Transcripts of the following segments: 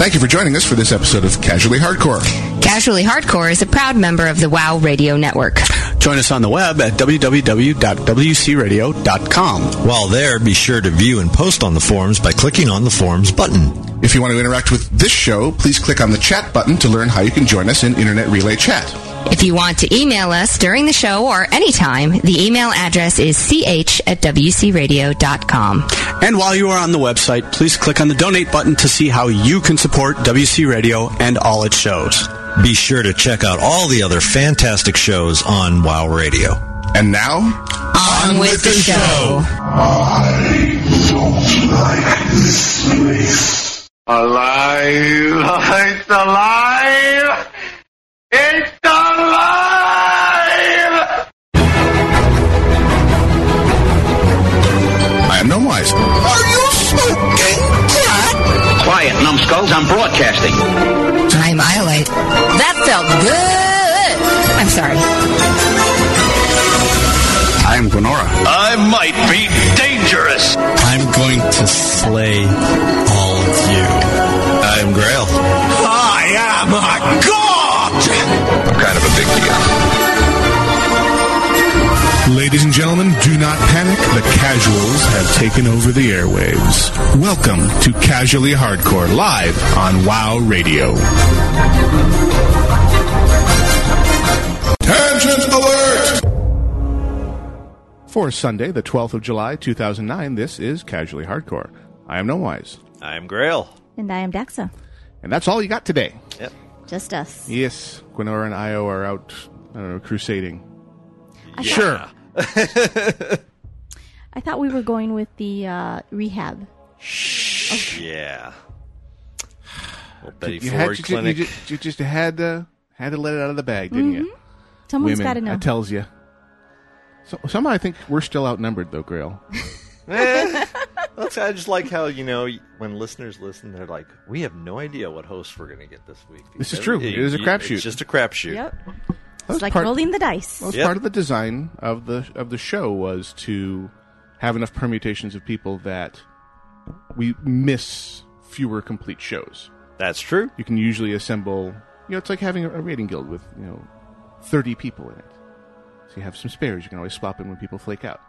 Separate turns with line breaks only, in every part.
Thank you for joining us for this episode of Casually Hardcore.
Casually Hardcore is a proud member of the WOW Radio Network.
Join us on the web at www.wcradio.com.
While there, be sure to view and post on the forums by clicking on the forums button.
If you want to interact with this show, please click on the chat button to learn how you can join us in Internet Relay Chat.
If you want to email us during the show or anytime, the email address is ch at wcradio.com.
And while you are on the website, please click on the donate button to see how you can support WC Radio and all its shows.
Be sure to check out all the other fantastic shows on WoW Radio.
And now, on,
on with, with the, the show. show.
I don't like this place. Alive! It's alive! It's alive!
I am no wise.
Are you smoking crack?
Quiet, numbskulls, I'm broadcasting.
I'm Iolite. That felt good! I'm sorry.
I'm Gwenora.
I might be dangerous.
I'm going to slay all of you.
I'm Grail.
I am a god!
I'm kind of a big deal.
Ladies and gentlemen, do not panic. The casuals have taken over the airwaves. Welcome to Casually Hardcore, live on WoW Radio. Tangent alert! For Sunday, the 12th of July, 2009, this is Casually Hardcore. I am Nomewise.
I am Grail.
And I am Daxa.
And that's all you got today.
Yep.
Just us.
Yes, Gwenora and Io are out. I don't know, crusading.
I
sure.
Thought, I thought we were going with the uh, rehab.
Shh. Okay. Yeah. Well, Betty
you
Ford
had, you
Clinic.
Just, you, just, you just had to had to let it out of the bag, didn't you?
Mm-hmm. Someone's
Women,
got to know.
That tells you. So, somehow I think we're still outnumbered, though, Grail.
Eh, that's, I just like how you know when listeners listen, they're like, "We have no idea what hosts we're going to get this week."
This is true. It is a
you-
crapshoot.
It's just a crapshoot.
Yep.
was
It's like
part-
rolling the dice.
That was
Yep.
part of the design of the of the show was to have enough permutations of people that we miss fewer complete shows.
That's true.
You can usually assemble. You know, it's like having a, a rating guild with you know thirty people in it. So you have some spares. You can always swap in when people flake out.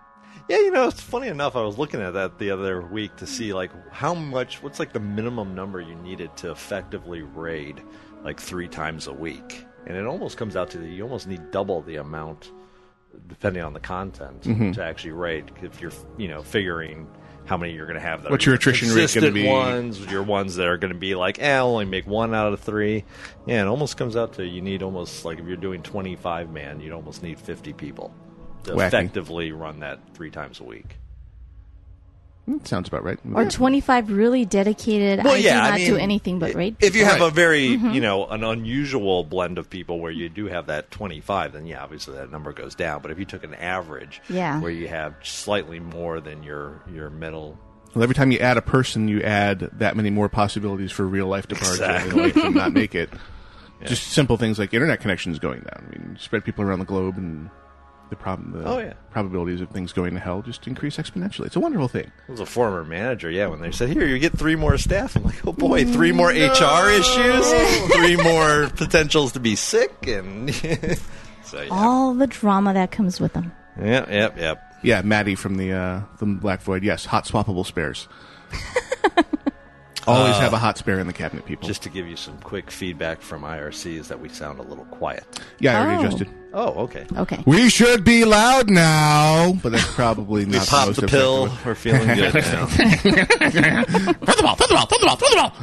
Yeah, you know, it's funny enough. I was looking at that the other week to see like how much, what's like the minimum number you needed to effectively raid, like three times a week, and it almost comes out to the, you almost need double the amount, depending on the content,
Mm-hmm.
to actually raid. If you're, you know, figuring how many you're going to have that
What's
are
your attrition rate gonna
consistent
be?
ones, your ones that are going to be like, eh, I'll only make one out of three. Yeah, it almost comes out to you need almost like if you're doing twenty five man, you'd almost need fifty people to
Wacky.
effectively run that three times a week.
That sounds about right.
Or 25 really dedicated, I do not do anything but
i-
raid.
If you have
Right.
a very,
Mm-hmm.
you know, an unusual blend of people where you do have that 25, then yeah, obviously that number goes down. But if you took an average,
Yeah.
where you have slightly more than your your middle,
Well, every time you add a person, you add that many more possibilities for real life departure
Exactly.
and like, not make it. Just simple things like internet connections going down. I mean, spread people around the globe and the problem, the
Oh, yeah.
probabilities of things going to hell just increase exponentially. It's a wonderful thing.
I was a former manager, yeah, when they said, "Here, you get three more staff," I'm like, "Oh boy,
Mm,
three more HR issues, three more potentials to be sick," and so yeah,
All the drama that comes with them.
yep, yep, yep.
Yeah, Maddie from the uh, the Black Void. Yes, hot swappable spares. Always have a hot spare in the cabinet, people.
Uh, Just to give you some quick feedback from IRC is that we sound a little quiet.
yeah, I already
Oh.
adjusted.
Oh, okay.
Okay.
We should be loud now, but that's probably
We
not the
popped
most
the pill.
effective.
We're feeling good now.
Throw the ball, throw the ball, throw the ball, throw the ball.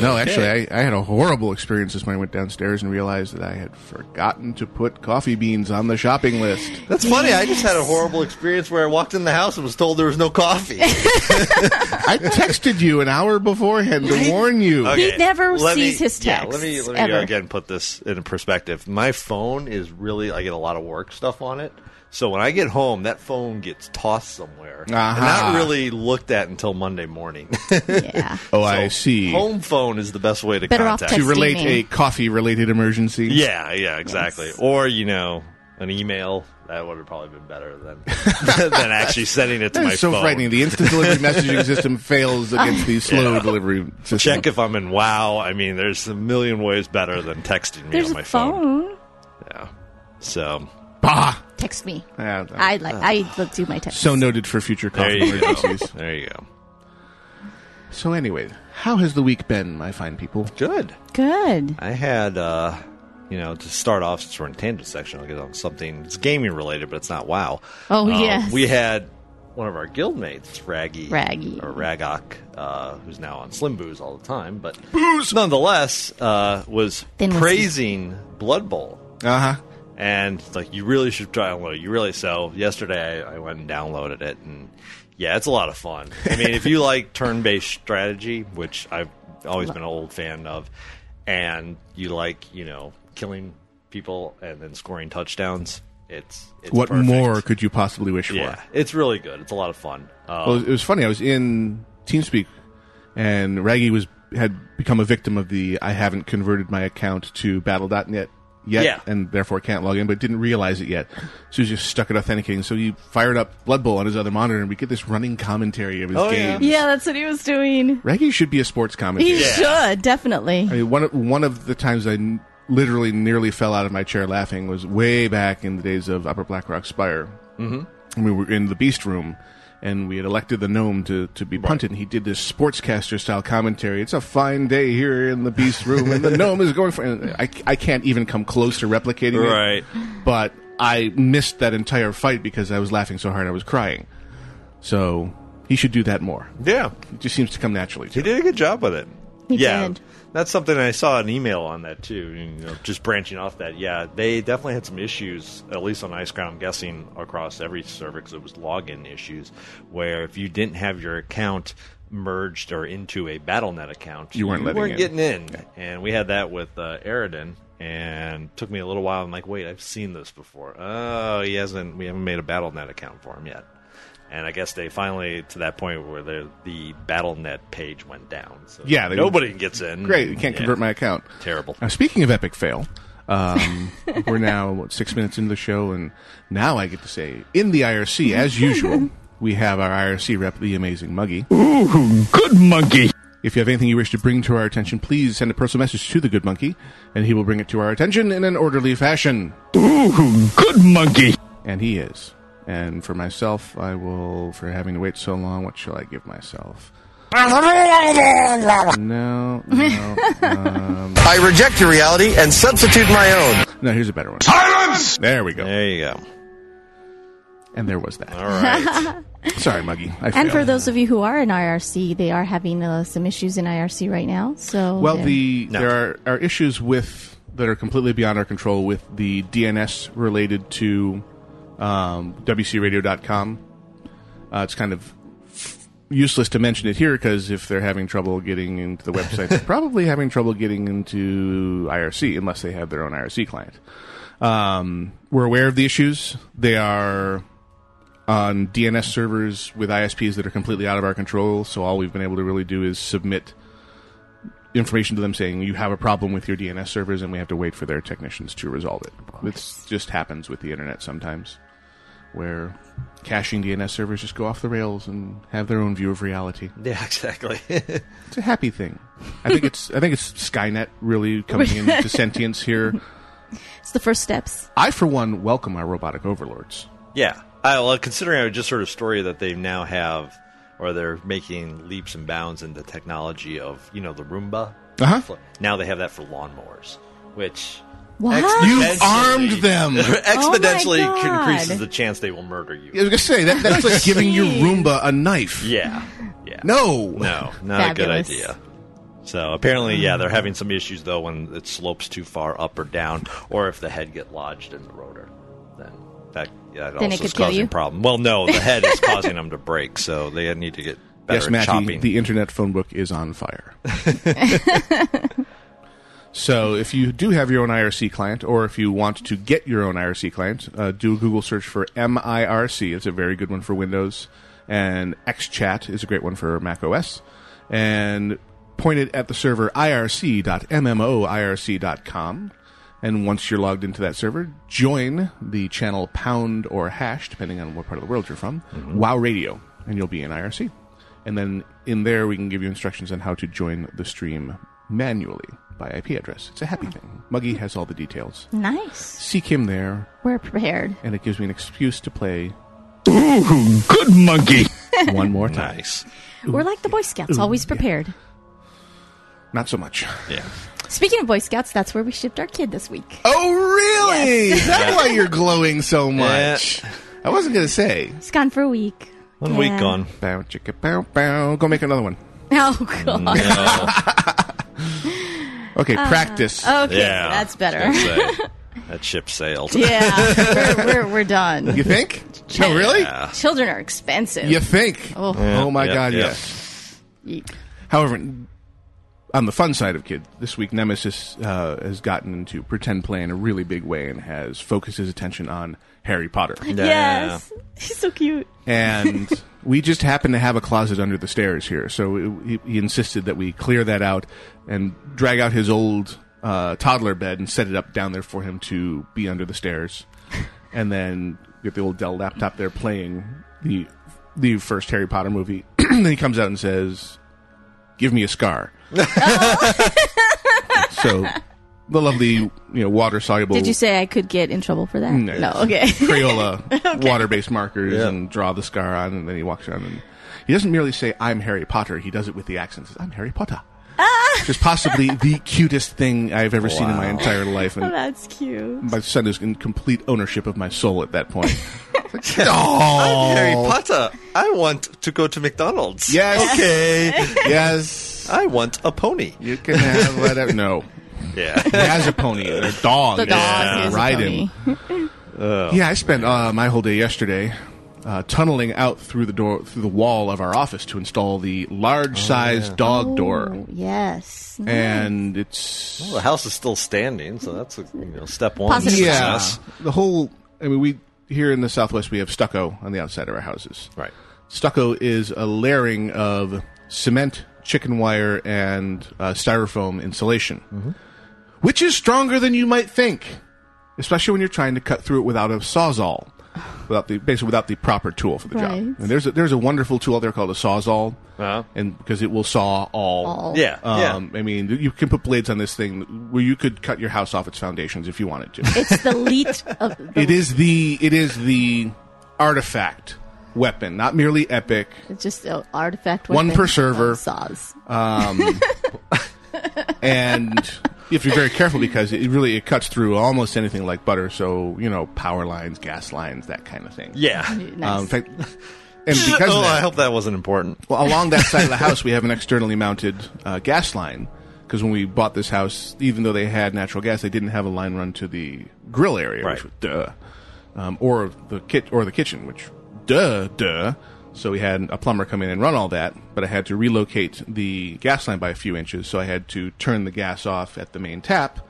No, actually, I, I had a horrible experience this morning. I went downstairs and realized that I had forgotten to put coffee beans on the shopping list.
That's funny. I just had a horrible experience where I walked in the house and was told there was no coffee.
I texted you an hour beforehand to warn
Uh,
you.
He never
let
sees
me-
his
Yeah, let me,
texts,
let me
ever.
again put this in perspective. My phone is really, I get a lot of work stuff on it. So when I get home, that phone gets tossed somewhere, and
Aha.
not really looked at until Monday morning.
yeah.
Oh, I see.
Home phone is the best way to
Better off
contact.
to
texting
relate
me.
a coffee related emergency.
Yeah, yeah, exactly. Or you know, an email that would have probably been better than than actually sending it to
That
my
is so
phone.
frightening. The instant delivery messaging system fails against the slow delivery system.
Check if I'm in WoW. I mean, there's a million ways better than texting me
There's
on
a
my
phone.
Yeah. So
Bah!
Text me.
Yeah, that-
I
Uh.
like. I look do my text.
so noted for future
there
coffee
you go.
emergencies.
there you go.
so anyway, how has the week been, my fine people?
Good.
good.
I had, uh, you know, to start off, since we're in tangent section, I'll get on something. It's gaming related, but it's not WoW.
Oh,
Uh,
yes.
We had one of our guildmates, Raggy.
Raggy.
Or Ragok, uh, who's now on Slim Booze all the time, but nonetheless uh, was
Thin whiskey.
praising Blood Bowl.
Uh huh.
And it's like, you really should download it. You really so. Yesterday, I, I went and downloaded it, and yeah, it's a lot of fun. I mean, if you like turn-based strategy, which I've always been an old fan of, and you like, you know, killing people and then scoring touchdowns, it's, it's
What
perfect.
more could you possibly wish
Yeah,
for?
it's really good. It's a lot of fun. Um,
Well, it was funny. I was in TeamSpeak, and Raggy was had become a victim of the I haven't converted my account to Battle.net yet,
Yeah.
and therefore can't log in, but didn't realize it yet. So he was just stuck at authenticating. So he fired up Blood Bowl on his other monitor, and we get this running commentary of his
Oh, yeah.
game.
Yeah, that's what he was doing.
Raggy should be a sports commentator.
He should definitely.
I mean, one of- one of the times I n- literally nearly fell out of my chair laughing was way back in the days of Upper Blackrock Spire. Mm-hmm. We were in the Beast Room, and we had elected the gnome to to be punted. And he did this sportscaster style commentary. It's a fine day here in the Beast Room, and the gnome is going for. and I I can't even come close to replicating
Right.
it. But I missed that entire fight because I was laughing so hard I was crying. So he should do that more.
yeah,
It just seems to come naturally to
he
him.
did a good job with it.
He
yeah,
did.
that's something I saw an email on that too. You know, just branching off that, yeah, they definitely had some issues, at least on Iceground. I'm guessing across every server 'cause it was login issues, where if you didn't have your account merged or into a BattleNet account,
You weren't letting in.
getting in. And we had that with uh, Aridin, and it took me a little while. I'm like, wait, I've seen this before. Oh, he hasn't. We haven't made a BattleNet account for him yet. And I guess they finally to that point where the the BattleNet page went down. So
Yeah, they-
nobody gets in.
Great, you can't
Yeah.
convert my account.
Terrible.
Now, speaking of epic fail, um, we're now what, six minutes into the show, and now I get to say, in the IRC, as usual, we have our IRC rep, the amazing Muggy.
Good monkey.
If you have anything you wish to bring to our attention, please send a personal message to the good monkey, and he will bring it to our attention in an orderly fashion.
Good monkey.
And he is. And for myself, I will, for having to wait so long, what shall I give myself? No, no.
I reject your reality and substitute my own.
No, here's a better one.
Silence!
There we go.
There you go.
And there was that.
All right.
Sorry, Muggy. I
And
failed.
for those of you who are in IRC, they are having uh, some issues in IRC right now. So
Well,
they're-
the
No.
there are, are issues with that are completely beyond our control with the DNS related to um, WCRadio.com. Uh, it's kind of useless to mention it here because if they're having trouble getting into the website, they're probably having trouble getting into IRC unless they have their own IRC client. Um, we're aware of the issues. They are on DNS servers with ISPs that are completely out of our control. So all we've been able to really do is submit information to them saying you have a problem with your DNS servers and we have to wait for their technicians to resolve it. This just happens with the internet sometimes where caching DNS servers just go off the rails and have their own view of reality.
yeah, exactly.
It's a happy thing. I think it's I think it's Skynet really coming into sentience here.
it's the first steps.
I for one welcome our robotic overlords.
yeah. I, well, considering I just heard a story that they now have, or they're making leaps and bounds in the technology of, you know, the Roomba.
Uh-huh.
Now they have that for lawnmowers, which
What?
You
Exponentially-
armed them. I
exponentially
Oh my God.
increases the chance they will murder you.
was gonna say that, that's like giving your Roomba a knife.
Yeah. Yeah.
No.
No, not
Fabulous.
a good idea. So apparently, yeah, they're having some issues though when it slopes too far up or down, or if the head get lodged in the rotor, then that that
Then it
also is
could kill
causing
you?
a problem. Well, no, the head is causing them to break, so they need to get better
yes,
at
Matty,
chopping.
the internet phone book is on fire. So if you do have your own IRC client, or if you want to get your own IRC client, uh, do a Google search for MIRC. It's a very good one for Windows, and XChat is a great one for Mac OS, and point it at the server irc.mmoirc.com. And once you're logged into that server, join the channel pound or hash, depending on what part of the world you're from,
Mm-hmm.
WoW Radio, and you'll be in IRC. And then in there, we can give you instructions on how to join the stream manually by IP address. It's a happy thing. Muggy has all the details.
Nice.
Seek him there,
We're prepared.
and it gives me an excuse to play
Ooh, good monkey.
one more time.
Nice.
We're like the Boy Scouts, always prepared.
Not so much.
Yeah.
Speaking of Boy Scouts, that's where we shipped our kid this week.
Oh, really? That's why you're glowing so much. I wasn't going to say.
It's gone for a week.
Eh, One week
Yeah.
gone.
Bow, chicka, bow, bow. Go make another one.
Oh, God.
No.
Okay, practice.
Okay,
Yeah.
that's better.
That's it. that ship sailed.
Yeah, we're, we're, we're done.
You think? No, really?
Children are expensive.
You think?
Oh.
Oh my
yeah,
God!
yeah.
Yes.
Yeek.
However, on the fun side of kid, this week Nemesis uh, has gotten into pretend play in a really big way and has focused his attention on Harry Potter.
Yes. He's so cute.
and we just happened to have a closet under the stairs here, so it, he, he insisted that we clear that out and drag out his old uh, toddler bed and set it up down there for him to be under the stairs, and then get the old Dell laptop there playing the the first Harry Potter movie. then he comes out and says, "Give me a scar." so the lovely, you know, water soluble.
Did you say I could get in trouble for that?
No.
okay.
Crayola water-based markers
Yeah.
and draw the scar on, and then he walks around and he doesn't merely say "I'm Harry Potter." He does it with the accent. Says, "I'm Harry Potter," which is possibly the cutest thing I've ever seen in my entire life,
Oh,
and
that's cute.
my son is in complete ownership of my soul at that point. It's like, oh,
Harry Potter, I want to go to McDonald's.
Yes.
Okay.
yes,
I want a pony.
you can have whatever. No, he
Yeah.
has a pony, a dog.
The dog
Yeah.
is a
ride
pony.
him. Yeah, I spent uh, my whole day yesterday uh, tunneling out through the door through the wall of our office to install the large size dog door,
Oh, yes.
and it's
Well, the house is still standing, so that's a, you know step one.
Positive
yeah,
Success.
the whole. I mean, we here in the Southwest we have stucco on the outside of our houses.
Right.
Stucco is a layering of cement, chicken wire, and uh, styrofoam insulation,
Mm-hmm.
which is stronger than you might think, especially when you're trying to cut through it without a sawzall, without the basically without the proper tool for the
Right.
job. And there's a, there's a wonderful tool out there called a sawzall,
Uh-huh.
and because it will saw all.
All.
Yeah.
Um, I mean, you can put blades on this thing where you could cut your house off its foundations if you wanted to.
It's the leet of the
It is the it is the artifact weapon, not merely epic.
It's just an artifact.
One
weapon
per server.
of Saws.
and you have to be very careful because it really it cuts through almost anything like butter. So you know, power lines, gas lines, that kind of thing.
yeah. Yeah.
Um, in
Nice.
fact, and because of
oh,
that-
I hope that wasn't important.
well, along that side of the house, we have an externally mounted uh, gas line. Because when we bought this house, even though they had natural gas, they didn't have a line run to the grill area,
Right.
which was duh, um, or the kit or the kitchen, which duh duh. So we had a plumber come in and run all that, but I had to relocate the gas line by a few inches. So I had to turn the gas off at the main tap,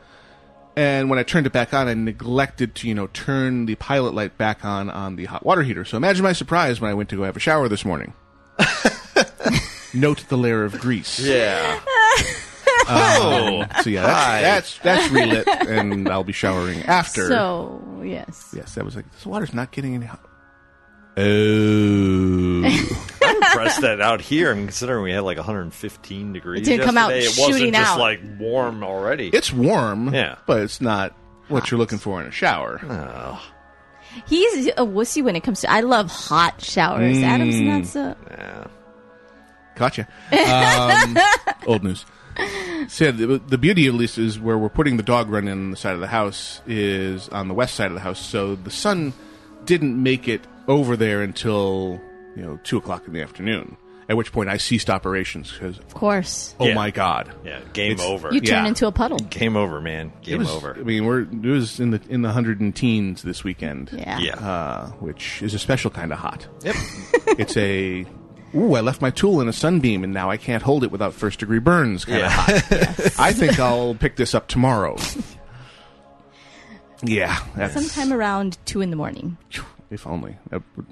and when I turned it back on, I neglected to, you know, turn the pilot light back on on the hot water heater. So imagine my surprise when I went to go have a shower this morning. Note the layer of grease.
Yeah.
Oh, so yeah, that's, that's that's relit, and I'll be showering after.
So yes.
yes, that was like this water's not getting any hot. Oh,
Press that out here, and considering we had like 115 degrees,
didn't come out
yesterday, it
shooting
wasn't just
out.
like warm already.
it's warm.
Yeah.
but it's not what you're looking for in a shower.
He's a wussy when it comes to. I love hot showers. Adam's uh, not so.
Gotcha. Um, old news. So the, the beauty, at least, is where we're putting the dog run in the side of the house is on the west side of the house. So the sun didn't make it over there until you know two o'clock in the afternoon. At which point I ceased operations because
Of course.
oh
Yeah.
my god,
yeah, game
It's-
over.
You turn
Yeah.
into a puddle.
game over, man.
it
Game
was,
over.
I mean, we're it was in the in the hundred and teens this weekend.
Yeah.
yeah.
uh, which is a special kind of hot.
yep.
it's a ooh, I left my tool in a sunbeam and now I can't hold it without first degree burns kind of hot. I think I'll pick this up tomorrow. yeah, that's,
Sometime around two in the morning.
if only. That would-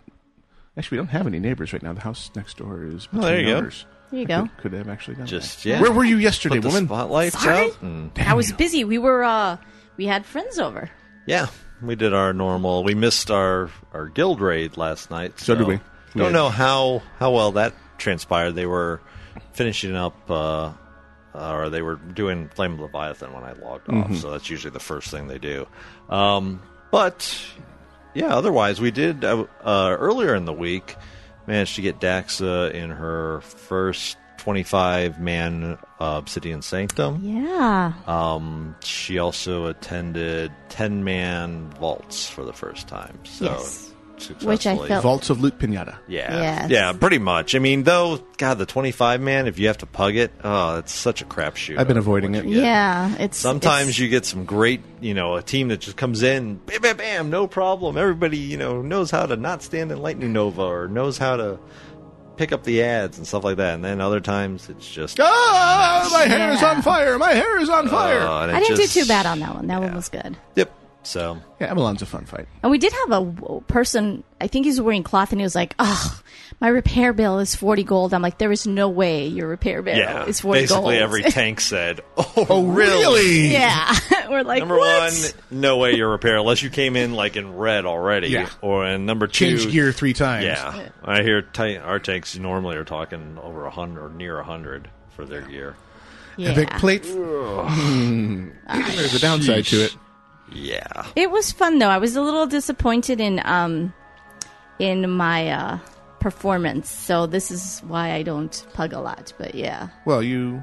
Actually, we don't have any neighbors right now. The house next door is
Oh, there you
between
go.
owners.
There you
I
go.
Could, could have actually done
Just
that.
yeah.
Where were you yesterday,
Put the
woman?
Spotlights
Sorry?
out. Hmm. and-
I was busy. We were uh we had friends over.
yeah, we did our normal. We missed our our guild raid last night.
So
So,
did we.
Don't
Yeah.
know how how well that transpired. They were finishing up. Uh, or they were doing Flame of Leviathan when I logged
Mm-hmm.
off, so that's usually the first thing they do. Um, but yeah, otherwise we did uh, uh, earlier in the week managed to get Daxa in her first twenty-five man uh, Obsidian Sanctum.
Yeah.
Um, she also attended 10 man vaults for the first time. So
Yes.
successfully.
Which I felt-
Vaults of Loot Pinata.
Yeah.
Yes.
Yeah, pretty much. I mean, though, God, the 25 man, if you have to pug it, oh, it's such a crapshoot.
I've been avoiding it.
Yeah, it's
Sometimes
it's-
you get some great, you know, a team that just comes in, bam, bam, bam, no problem. Everybody, you know, knows how to not stand in Lightning Nova or knows how to pick up the ads and stuff like that. And then other times it's just.
Ah, my hair is
Yeah.
on fire. My hair is on fire.
oh, and it
I didn't
just-
do too bad on that one. That one was good.
Yep. So.
yeah, Avalon's a fun fight.
And we did have a w- person, I think he's wearing cloth, and he was like, oh, my repair bill is 40 gold. I'm like, there is no way your repair bill
Yeah,
is 40
basically
gold.
every tank said, "Oh, really?"
yeah. We're like,
Number
what?
one, no way you're repair unless you came in like in red already.
Yeah.
Or and number two,
Change gear three times.
Yeah, I hear ta- our tanks normally are talking over a hundred or near a hundred for their gear.
Yeah.
Epic plate. Hmm. There's a downside to it.
Yeah,
It was fun, though. I was a little disappointed in, um, in my uh, performance, so this is why I don't pug a lot, but yeah.
Well, you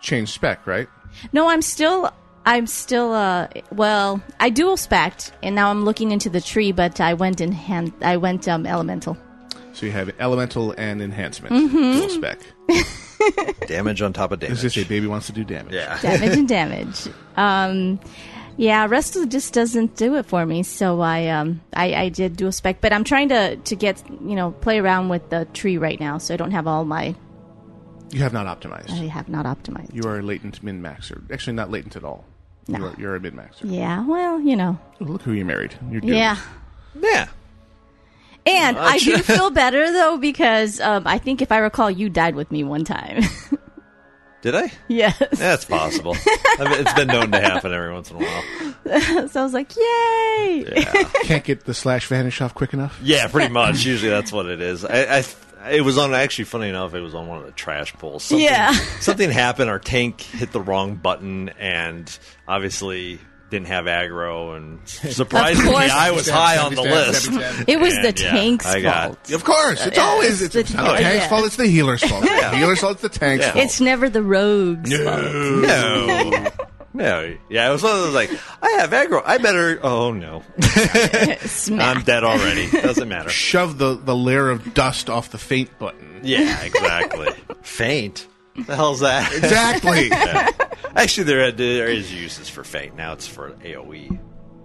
changed spec, right?
No, I'm still. I'm still. Uh, well, I dual spect, and now I'm looking into the tree. But I went in hand. I went um, elemental.
So you have elemental and enhancement dual spec.
damage on top of
As
damage.
they say, baby wants to do damage.
yeah,
Damage and damage. Um, yeah, Restle just doesn't do it for me. So I, um, I, I did dual spec, but I'm trying to to get you know play around with the tree right now. So I don't have all my.
You have not optimized.
I have not optimized.
You are a latent min maxer. Actually, not latent at all.
No.
You're, you're a min maxer.
yeah. Well, you know.
Look who you married. You're doomed.
Yeah.
yeah. Uh,
And I do feel better though because um, I think if I recall, you died with me one time.
Did I?
yes.
That's possible. I mean, it's been known to happen every once in a while.
So I was like, yay!
Yeah.
Can't get the slash vanish off quick enough.
Yeah, pretty much. Usually that's what it is. I, I it was on actually funny enough. It was on one of the trash pulls. Something,
Yeah.
something happened. Our tank hit the wrong button, and obviously didn't have aggro. And surprisingly,
course.
I was high on the list.
It was the
And, yeah,
tank's
I got-
fault.
Of course, it's
Yeah,
always
it's
it's,
the
not the
tank.
tank's
Yeah.
fault. It's the healer's fault. The healer's fault. It's the tank's
Yeah.
fault.
It's never the rogue's fault.
No, no, yeah. It was one of those like I have aggro. I better. Oh no, I'm
Smack.
dead already. Doesn't matter.
Shove the the layer of dust off the faint button.
Yeah, exactly. Faint. The hell's that?
Exactly.
Actually, there there is uses for faint. Now it's for AOE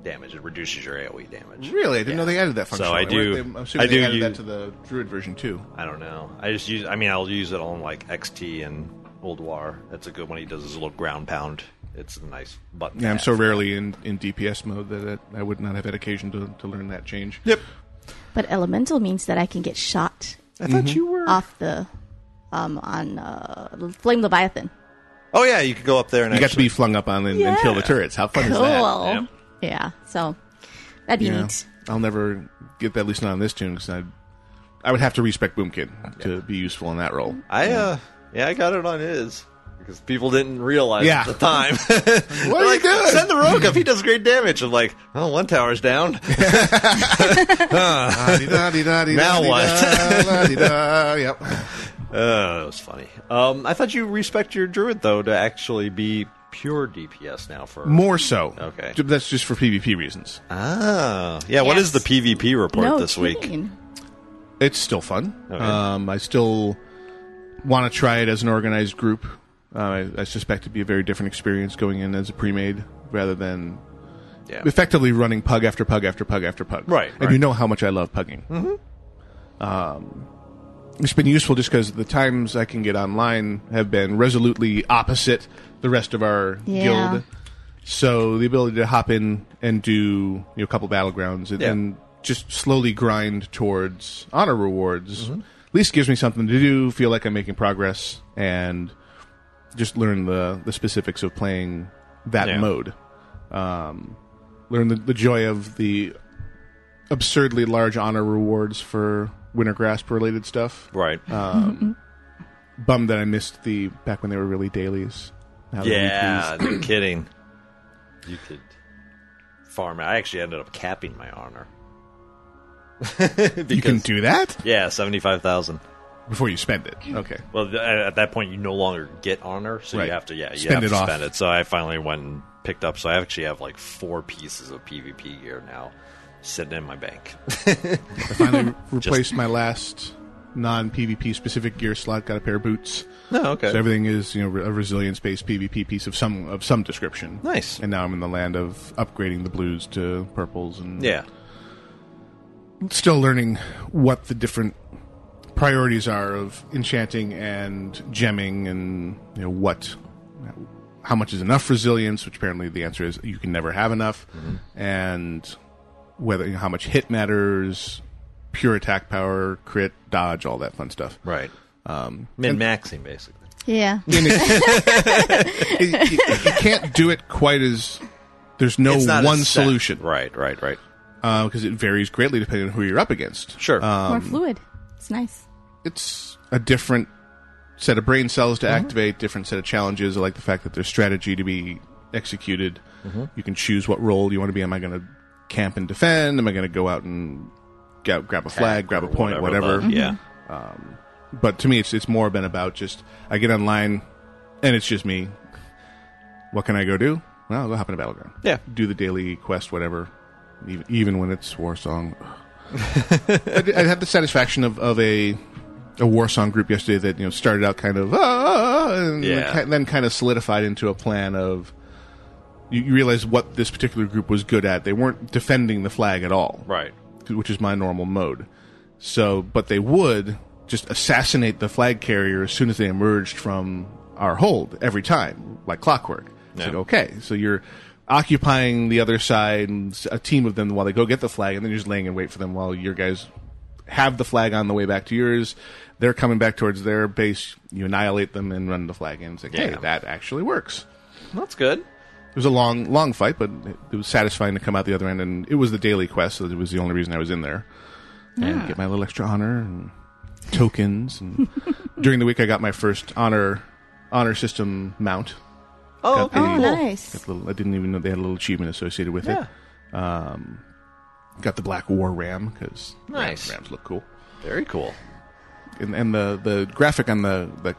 damage. It reduces your AOE damage.
Really, I didn't know they added that
So
function.
I do-
They, I'm assuming
I
they
do
added that
use-
to the Druid version too.
I don't know. I just use. I mean, I'll use it on like XT and Old War. That's a good one. He does his little ground pound. It's a nice button.
Yeah, I'm
to
so
have.
rarely in, in DPS mode that it, I would not have had occasion to, to learn that change.
Yep.
But elemental means that I can get shot
I thought
Mm-hmm.
you were.
off the um on uh, flame leviathan.
Oh yeah, you could go up there and
You got to
actually-
be flung up on and, and kill the turrets. How fun is
Cool.
that?
Yep.
Yeah. So that'd be
Yeah.
neat.
I'll never get that, at least not on this tune, because I, I would have to respect Boomkid to be useful in that role.
I uh, yeah, I got it on his because people didn't realize
Yeah.
at the time.
What are you doing?
Send the rogue up. He does great damage. I'm like, oh, one tower's down. Now what?
yep.
Uh, that was funny. Um, I thought you respect your druid though to actually be pure DPS now for
More so.
Okay.
Ju- That's just for PvP reasons.
Ah, yeah. What is the
Yes.
PvP report
no
this week?
kidding.
It's still fun.
Okay.
Um, I still want to try it as an organized group. Uh, I, I suspect it'd be a very different experience going in as a pre-made rather than
Yeah.
effectively running pug after pug after pug after pug.
Right,
And
right.
you know how much I love pugging. Mm-hmm. Um, it's been useful just because the times I can get online have been resolutely opposite the rest of our
Yeah.
guild. So the ability to hop in and do you know, a couple battlegrounds and,
Yeah.
and just slowly grind towards honor rewards
Mm-hmm.
at least gives me something to do, feel like I'm making progress, and just learn the, the specifics of playing that
Yeah.
mode. Um, learn the, the joy of the absurdly large honor rewards for winter grasp related stuff. Um,
Right.
Bummed that I missed the back when they were really dailies. Now they're
yeah,
weeklies.
no kidding. You could farm. I actually ended up capping my honor. because,
you can do that
Yeah, 75,000.
before you spend it. Okay,
Well, th- at that point, you no longer get honor, so
Right.
you have to, yeah, you
Spend
have
it
to
off.
spend it. So I finally went and picked up. So I actually have like four pieces of PvP gear now sitting in my bank.
I finally replaced my last non PvP specific gear slot. Got a pair of boots.
No, okay.
So everything is you know a resilience based PvP piece of some of some description.
Nice.
And now I'm in the land of upgrading the blues to purples and
yeah.
still learning what the different priorities are of enchanting and gemming and you know what how much is enough resilience which apparently the answer is you can never have enough
Mm-hmm.
and whether you know, how much hit matters pure attack power crit dodge all that fun stuff
Right. Um, Min maxing, basically.
Yeah.
It- it- you, can't do it quite as there's no
It's not a
one
set.
solution
Right, right, right.
because it varies greatly depending on who you're up against
Sure.
More fluid. It's nice.
it's a different set of brain cells to activate, different set of challenges. I like the fact that there's strategy to be executed. You can choose what role you want to be. Am I going to camp and defend? Am I going to go out and ga- grab a flag, grab a
Or
point, whatever?
the- Yeah.
But to me, it's it's more been about just I get online and it's just me. What can I go do? Well, I'll go hop in a battleground.
Yeah.
do the daily quest, whatever. Even, even when it's war song, I, I had the satisfaction of, of a a war song group yesterday that you know started out kind of ah, and
Yeah.
ki- then kind of solidified into a plan of you, you realize what this particular group was good at. They weren't defending the flag at all,
Right.
which is my normal mode. So, but they would just assassinate the flag carrier as soon as they emerged from our hold every time, like clockwork. It's
Yeah.
like, okay, so you're occupying the other side, and s- a team of them while they go get the flag, and then you're just laying in wait for them while your guys have the flag on the way back to yours. They're coming back towards their base. You annihilate them and run the flag in. It's like, hey,
Yeah.
that actually works.
That's good.
It was a long, long fight, but it was satisfying to come out the other end, and it was the daily quest, so it was the only reason I was in there. And get my little extra honor and tokens. And during the week, I got my first honor honor system mount.
Oh,
Got
okay.
the-
Oh, nice.
Got the little, I didn't even know they had a little achievement associated with
Yeah.
it. Um, got the black war ram because
Nice.
rams look cool,
Very cool.
and, and the the graphic on the the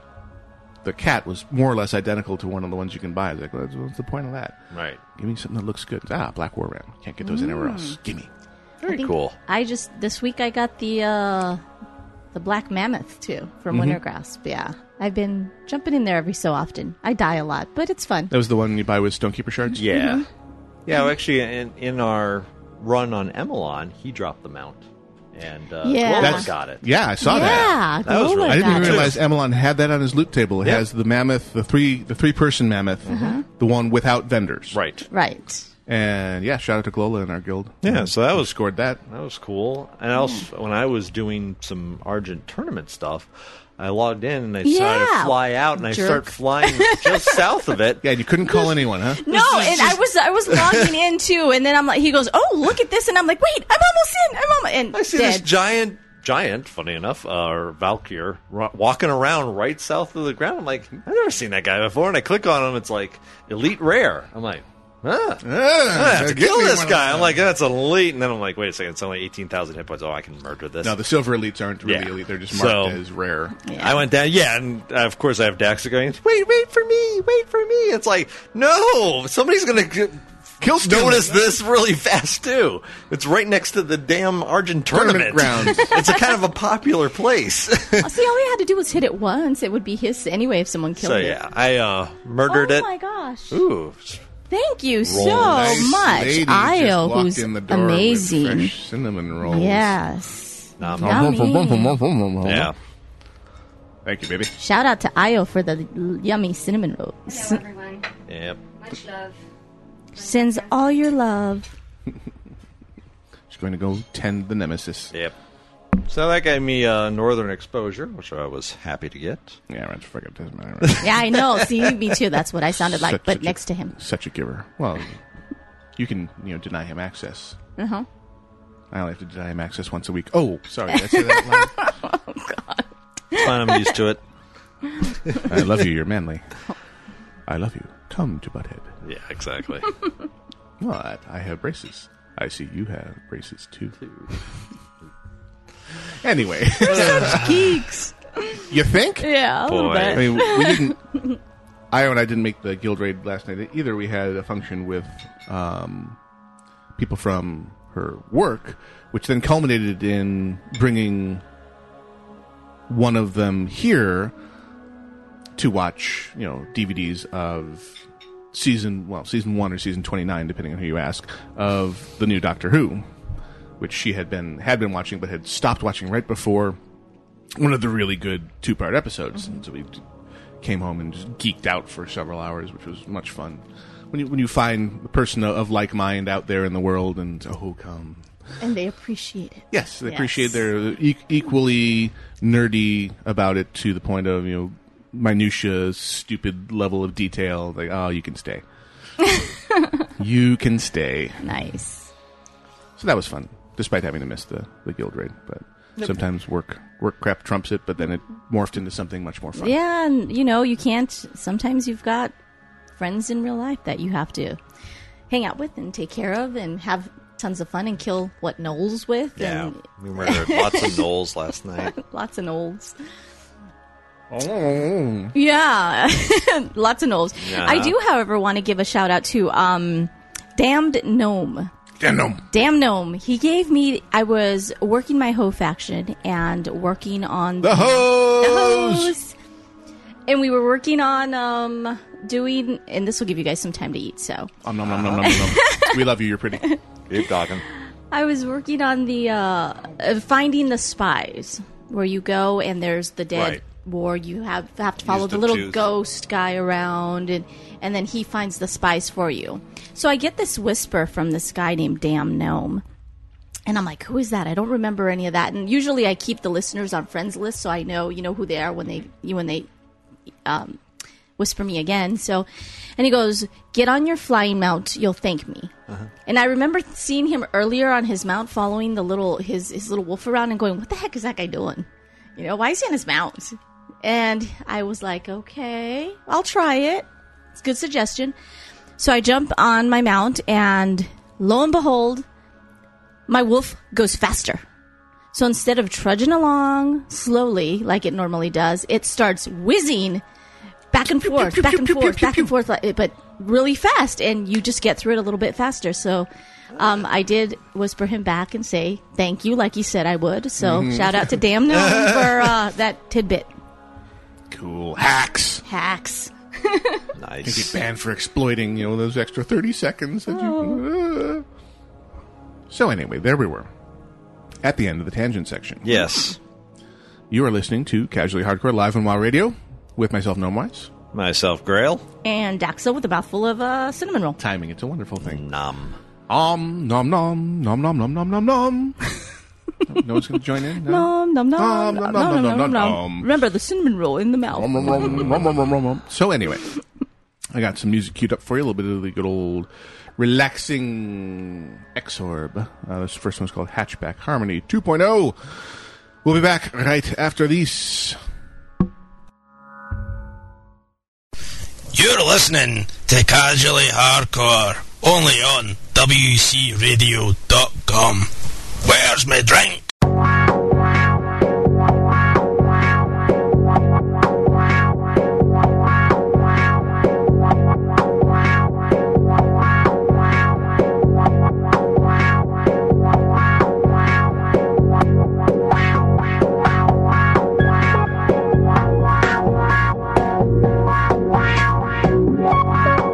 the cat was more or less identical to one of the ones you can buy. I was like, what's, what's the point of that?
Right.
Give me something that looks good. Ah, Black War Ram. Can't get those anywhere else.
Mm.
Give me.
Very
think
cool.
I just this week I got the uh the black mammoth too from
Mm-hmm.
Winter Grasp. Yeah, I've been jumping in there every so often. I die a lot, but it's fun.
That was the one you buy with Stonekeeper shards.
Yeah.
Mm-hmm.
Yeah, well, actually, in, in our run on Emelon, he dropped the mount. And uh,
Yeah.
Gorilla
That's-
got it.
Yeah, I saw that.
yeah,
That was
Gorilla
really-
I didn't
got
even
it.
realize Emelon had that on his loot table. It
Yeah.
has the mammoth, the three, the three person mammoth,
Mm-hmm.
the one without vendors.
Right.
Right.
And yeah, shout out to Glola in our guild.
Yeah, so that
Who
was-
scored that.
That was cool. And also, when I was doing some Argent tournament stuff, I logged in and I decided
Yeah.
to fly out and I
Jerk.
start flying just south of it.
Yeah, you couldn't call anyone, huh?
No, and I was I was logging in too, and then I'm like, he goes, "Oh, look at this," and I'm like, "Wait, I'm almost in. I'm almost in."
I see this
dead.
giant, giant, funny enough, uh, Valkyr ro- walking around right south of the ground. I'm like, I've never seen that guy before. And I click on him, it's like, elite rare. I'm like, huh. I have to
Give
kill
Uh, me
this
one of
guy. I'm
them.
like, that's elite. And then I'm like, wait a second, it's only 18,000 hit points. Oh, I can murder this.
No, the silver elites aren't really
Yeah.
elite. They're just marked
So-
as rare.
I went down, yeah, and uh, of course I have Daxa going, wait, wait for me, wait for me. It's like, no, somebody's going to
Kill
notice this really fast too. It's right next to the damn Argent tournament,
Tournament grounds.
it's a kind of a popular place.
see, all he had to do was hit it once; it would be his anyway if someone killed
so
it.
yeah, I uh, murdered
Oh
it.
my gosh!
Ooh,
Thank you so
Nice
much,
lady just
Io,
walked
who's
in the door with
amazing.
fresh cinnamon rolls.
Yes.
nom, nom.
Yummy.
yeah.
Thank you, baby.
Shout out to Io for the l- yummy cinnamon rolls.
everyone.
Yep.
Much love.
Sends all your love.
She's going to go tend the nemesis.
Yep. So that gave me uh, northern exposure, which I was happy to get.
Yeah, right. Fuck it, doesn't matter. right?
Yeah, I know. See, me too. That's what I sounded like,
Such
but
a-
next to him.
Such a giver. Well, you can you know deny him access.
Uh huh.
I only have to deny him access once a week. Oh, sorry. Did I, say that out
It's fine, I'm used to it.
loud? I love you. You're manly. I love you. Come to Butthead.
Yeah, exactly.
What? I have braces. I see you have braces too. Anyway,
Geeks.
you think?
Yeah, a little
Boy.
I
bit.
mean, we didn't. I and I didn't make the guild raid last night either. We had a function with um, people from her work, which then culminated in bringing one of them here to watch, you know, DVDs of season well, season one or season twenty nine, depending on who you ask, of the new Doctor Who, which she had been had been watching but had stopped watching right before one of the really good two part episodes. And so we d- came home and just geeked out for several hours, which was much fun. When you when you find a person of, of like mind out there in the world, and oh, come
And they appreciate it.
yes, they
Yes.
appreciate they're e- equally nerdy about it to the point of you know minutia, stupid level of detail. Like oh, you can stay, you can stay.
Nice.
So that was fun, despite having to miss the, the guild raid. But sometimes work work crap trumps it, but then it morphed into something much more fun.
Yeah, and you know, you can't. Sometimes you've got friends in real life that you have to hang out with and take care of and have tons of fun and kill what gnolls with
Yeah.
and
We murdered lots of gnolls last night.
lots of gnolls. Yeah, lots of gnolls.
Yeah.
I do, however, want to give a shout out to um, Damned Gnome.
Damn them.
Damn Gnome. He gave me. I was working my hoe faction and working on
The hose.
Hoes. And we were working on um, doing, and this will give you guys some time to eat. So
Um, nom, nom, nom, nom, nom. we love you. You're pretty.
Keep talking.
I was working on the uh, uh, finding the spies, where you go and there's the dead
Right.
war. You have have to follow
Use
the,
the
little
juice.
ghost guy around, and and then he finds the spies for you. So I get this whisper from this guy named Damn Gnome. And I'm like, who is that? I don't remember any of that. And usually, I keep the listeners on friends list, so I know you know who they are when they when they um, whisper me again. So, and he goes, "Get on your flying mount. You'll thank me." And I remember seeing him earlier on his mount, following the little his his little wolf around, and going, "What the heck is that guy doing? You know, why is he on his mount?" And I was like, "Okay, I'll try it. It's a good suggestion." So I jump on my mount, and lo and behold, my wolf goes faster. So instead of trudging along slowly like it normally does, it starts whizzing back and forth, back and forth, back and forth, like- but really fast, and you just get through it a little bit faster. So um, I did whisper him back and say thank you, like he said I would. So
Mm-hmm.
shout out to Damn Gnome for uh, that tidbit.
Cool hacks.
Hacks.
You get
Nice.
banned for exploiting, you know, those extra thirty seconds that you. So anyway, there we were. At the end of the tangent section.
Yes.
You are listening to Casually Hardcore live on WoW Radio with myself, Gnomewise.
Myself, Grail.
And Daxa with a mouthful of uh, cinnamon roll.
Timing, it's a wonderful thing.
Nom.
Om nom nom nom nom nom nom nom nom. no one's going to join in. No.
Nom nom nom
Nom,
nom
nom,
nom
nom,
nom nom
nom,
nom.
nom.
Remember the cinnamon roll in the mouth.
Rum, rum, rum, rum, rum, rum, rum, rum. So anyway, I got some music queued up for you. A little bit of the good old relaxing Exorb. Uh, this first one's called Hatchback Harmony 2.0. We'll be back right after these.
You're listening to Casually Hardcore, only on WCRadio.com. Where's my drink?
Wow.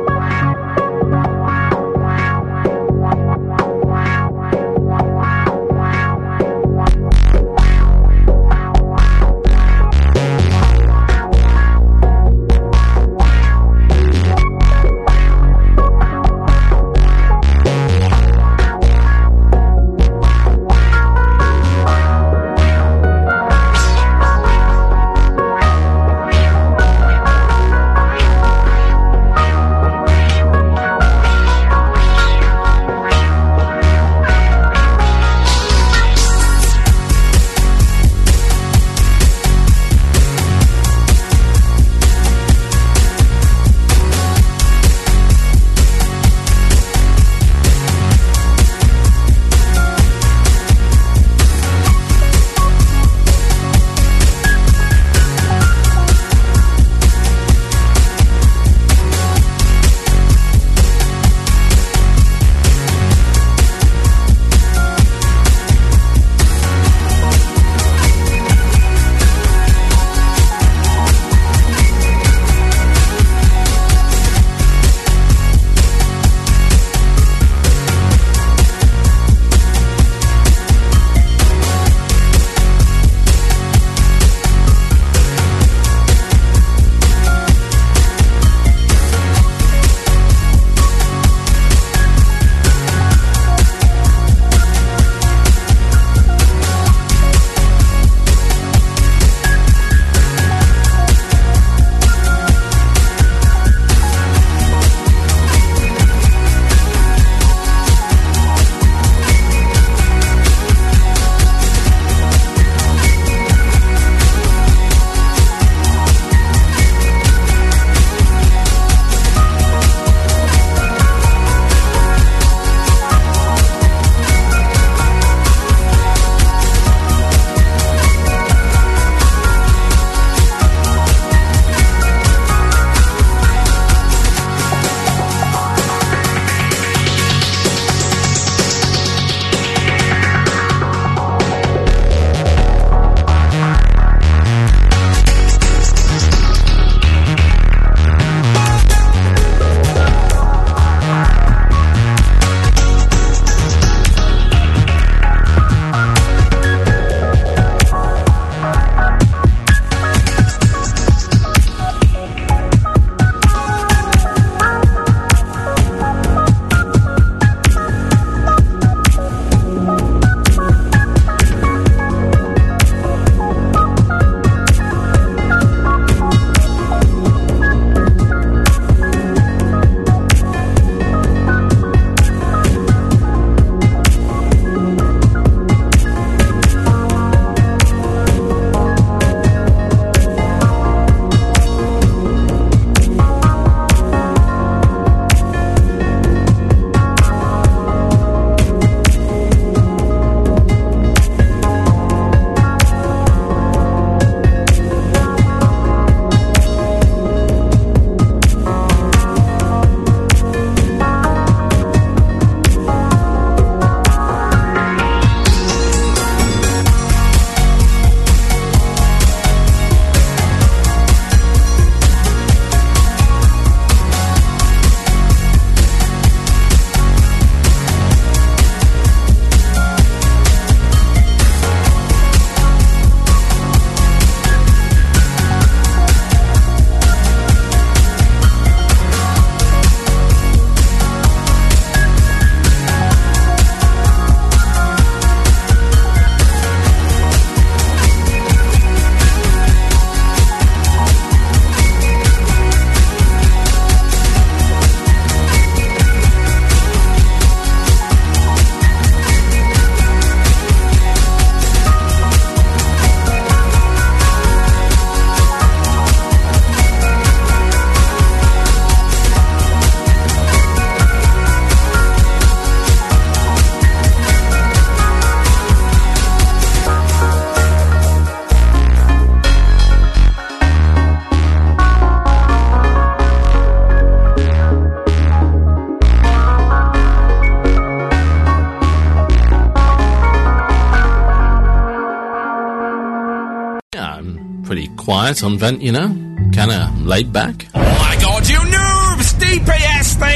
I'm pretty quiet on vent, you know, kind of laid back.
Oh My god, you noobs! DPS the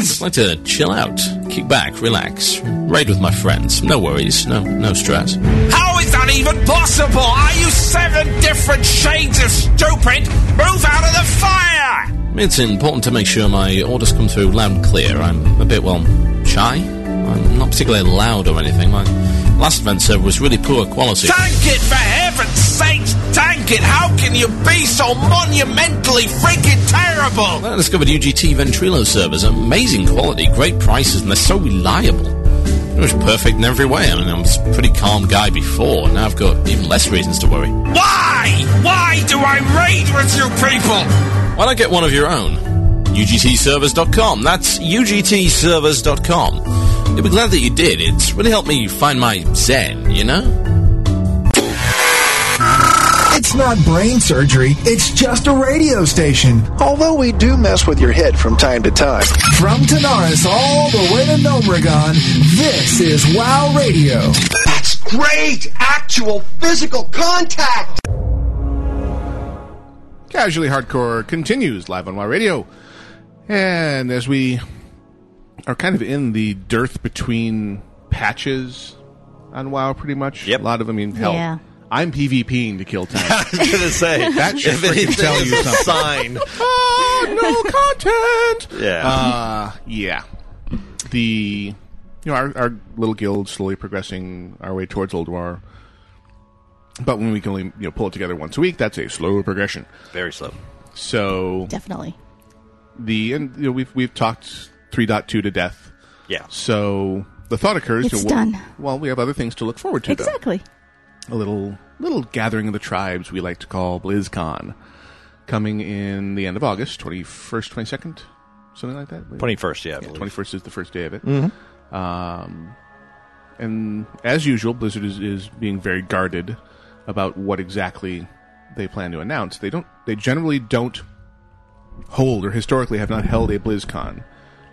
Just like to chill out, kick back, relax, raid with my friends. No worries, no no stress.
How is that even possible? Are you seven different shades of stupid? Move out of the fire!
It's important to make sure my orders come through loud and clear. I'm a bit, well, shy. I'm not particularly loud or anything. My last vent server was really poor quality.
Tank it, for heaven's sakes! Tank it! How can you be so monumentally freaking terrible?
I discovered UGT Ventrilo servers. Amazing quality, great prices, and they're so reliable. It was perfect in every way. I mean, I was a pretty calm guy before. Now I've got even less reasons to worry.
Why? Why do I raid with you people?
Why not get one of your own? UGTservers.com. That's UGTservers.com. You'll be glad that you did. It's really helped me find my zen, you know?
It's not brain surgery, it's just a radio station. Although we do mess with your head from time to time. From Tanaris all the way to Nomragon, this is WoW Radio.
That's great actual physical contact!
Casually Hardcore continues live on my radio. And as we are kind of in the dearth between patches on WoW, pretty much. Yep. A lot of them, I mean, hell.
Yeah.
I'm PvPing to kill time. I
was gonna say
that should
if
freaking
anything
tell
is
you
a
something.
sign.
oh, no content.
Yeah.
Uh, yeah. The you know our, our little guild slowly progressing our way towards Oldwar, but when we can only you know pull it together once a week, that's a slow progression.
Very slow.
So
Definitely.
the and you know we've we've talked three point two to death.
Yeah.
So the thought occurs
It's
to
done.
Well, we have other things to look forward to. though
Exactly.
a little little gathering of the tribes we like to call BlizzCon, coming in the end of August, twenty first, twenty second, something like that.
21st, yeah, I believe.
twenty first is the first day of it.
Mhm.
Um, and as usual, Blizzard is, is being very guarded about what exactly they plan to announce. They don't. They generally don't hold or historically have not held a BlizzCon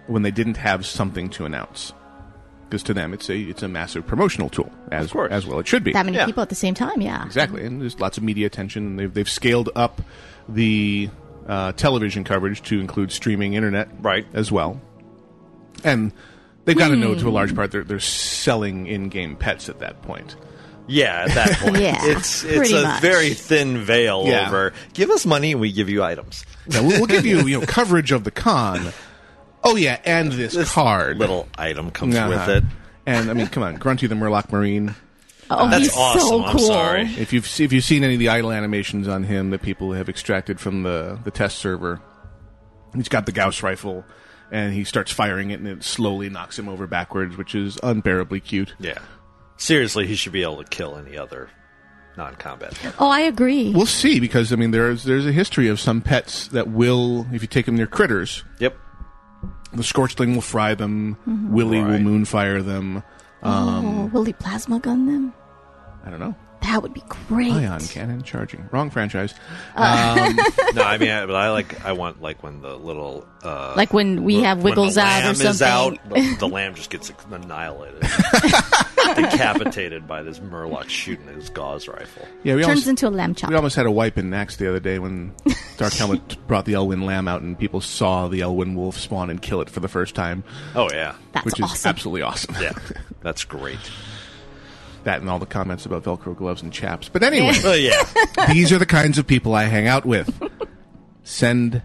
when they didn't have something to announce. Because to them, it's a it's a massive promotional tool, as as well it should be.
That many people at the same time, yeah.
Exactly, and there's lots of media attention. and They've they've scaled up the uh, television coverage to include streaming internet, right, as well. And they've got to know to a large part they're they're selling in-game pets at that point.
Yeah, at that point.
Yeah,
it's it's
pretty
a
much.
very thin veil
Yeah.
over give us money and we give you items.
Now, we'll, we'll give you you know coverage of the con. Oh yeah, and this, card,
little item comes with it.
And I mean, come on, Grunty the Murloc Marine.
Oh,
That's
he's
awesome,
so
I'm
cool.
sorry.
If you've se- if you've seen any of the idle animations on him that people have extracted from the the test server, he's got the Gauss rifle, and he starts firing it, and it slowly knocks him over backwards, which is unbearably cute.
Yeah, Seriously, he should be able to kill any other non combat.
Oh, I agree.
we'll see because I mean there's there's a history of some pets that will if you take them near critters.
Yep.
The scorchling will fry them.
Mhm.
Willy will moonfire them. Um,
oh, will he plasma gun them?
I don't know.
That would be great.
Ion cannon charging. Wrong franchise.
Uh.
Um,
no, I mean, I, but I like I want like when the little uh,
Like when we have
when the
Wiggles out or
lamb Is
something.
out, the, the lamb just gets annihilated, decapitated by this Murloc shooting his Gauss rifle.
yeah, we
Turns
almost,
into a lamb chop.
we almost had a wipe in Nax the other day when Dark Helmet brought the Elwyn lamb out and people saw the Elwyn wolf spawn and kill it for the first time.
Oh yeah,
which is absolutely awesome.
Yeah, that's great.
That and all the comments about Velcro gloves and chaps. But anyway,
Well, yeah.
these are the kinds of people I hang out with. Send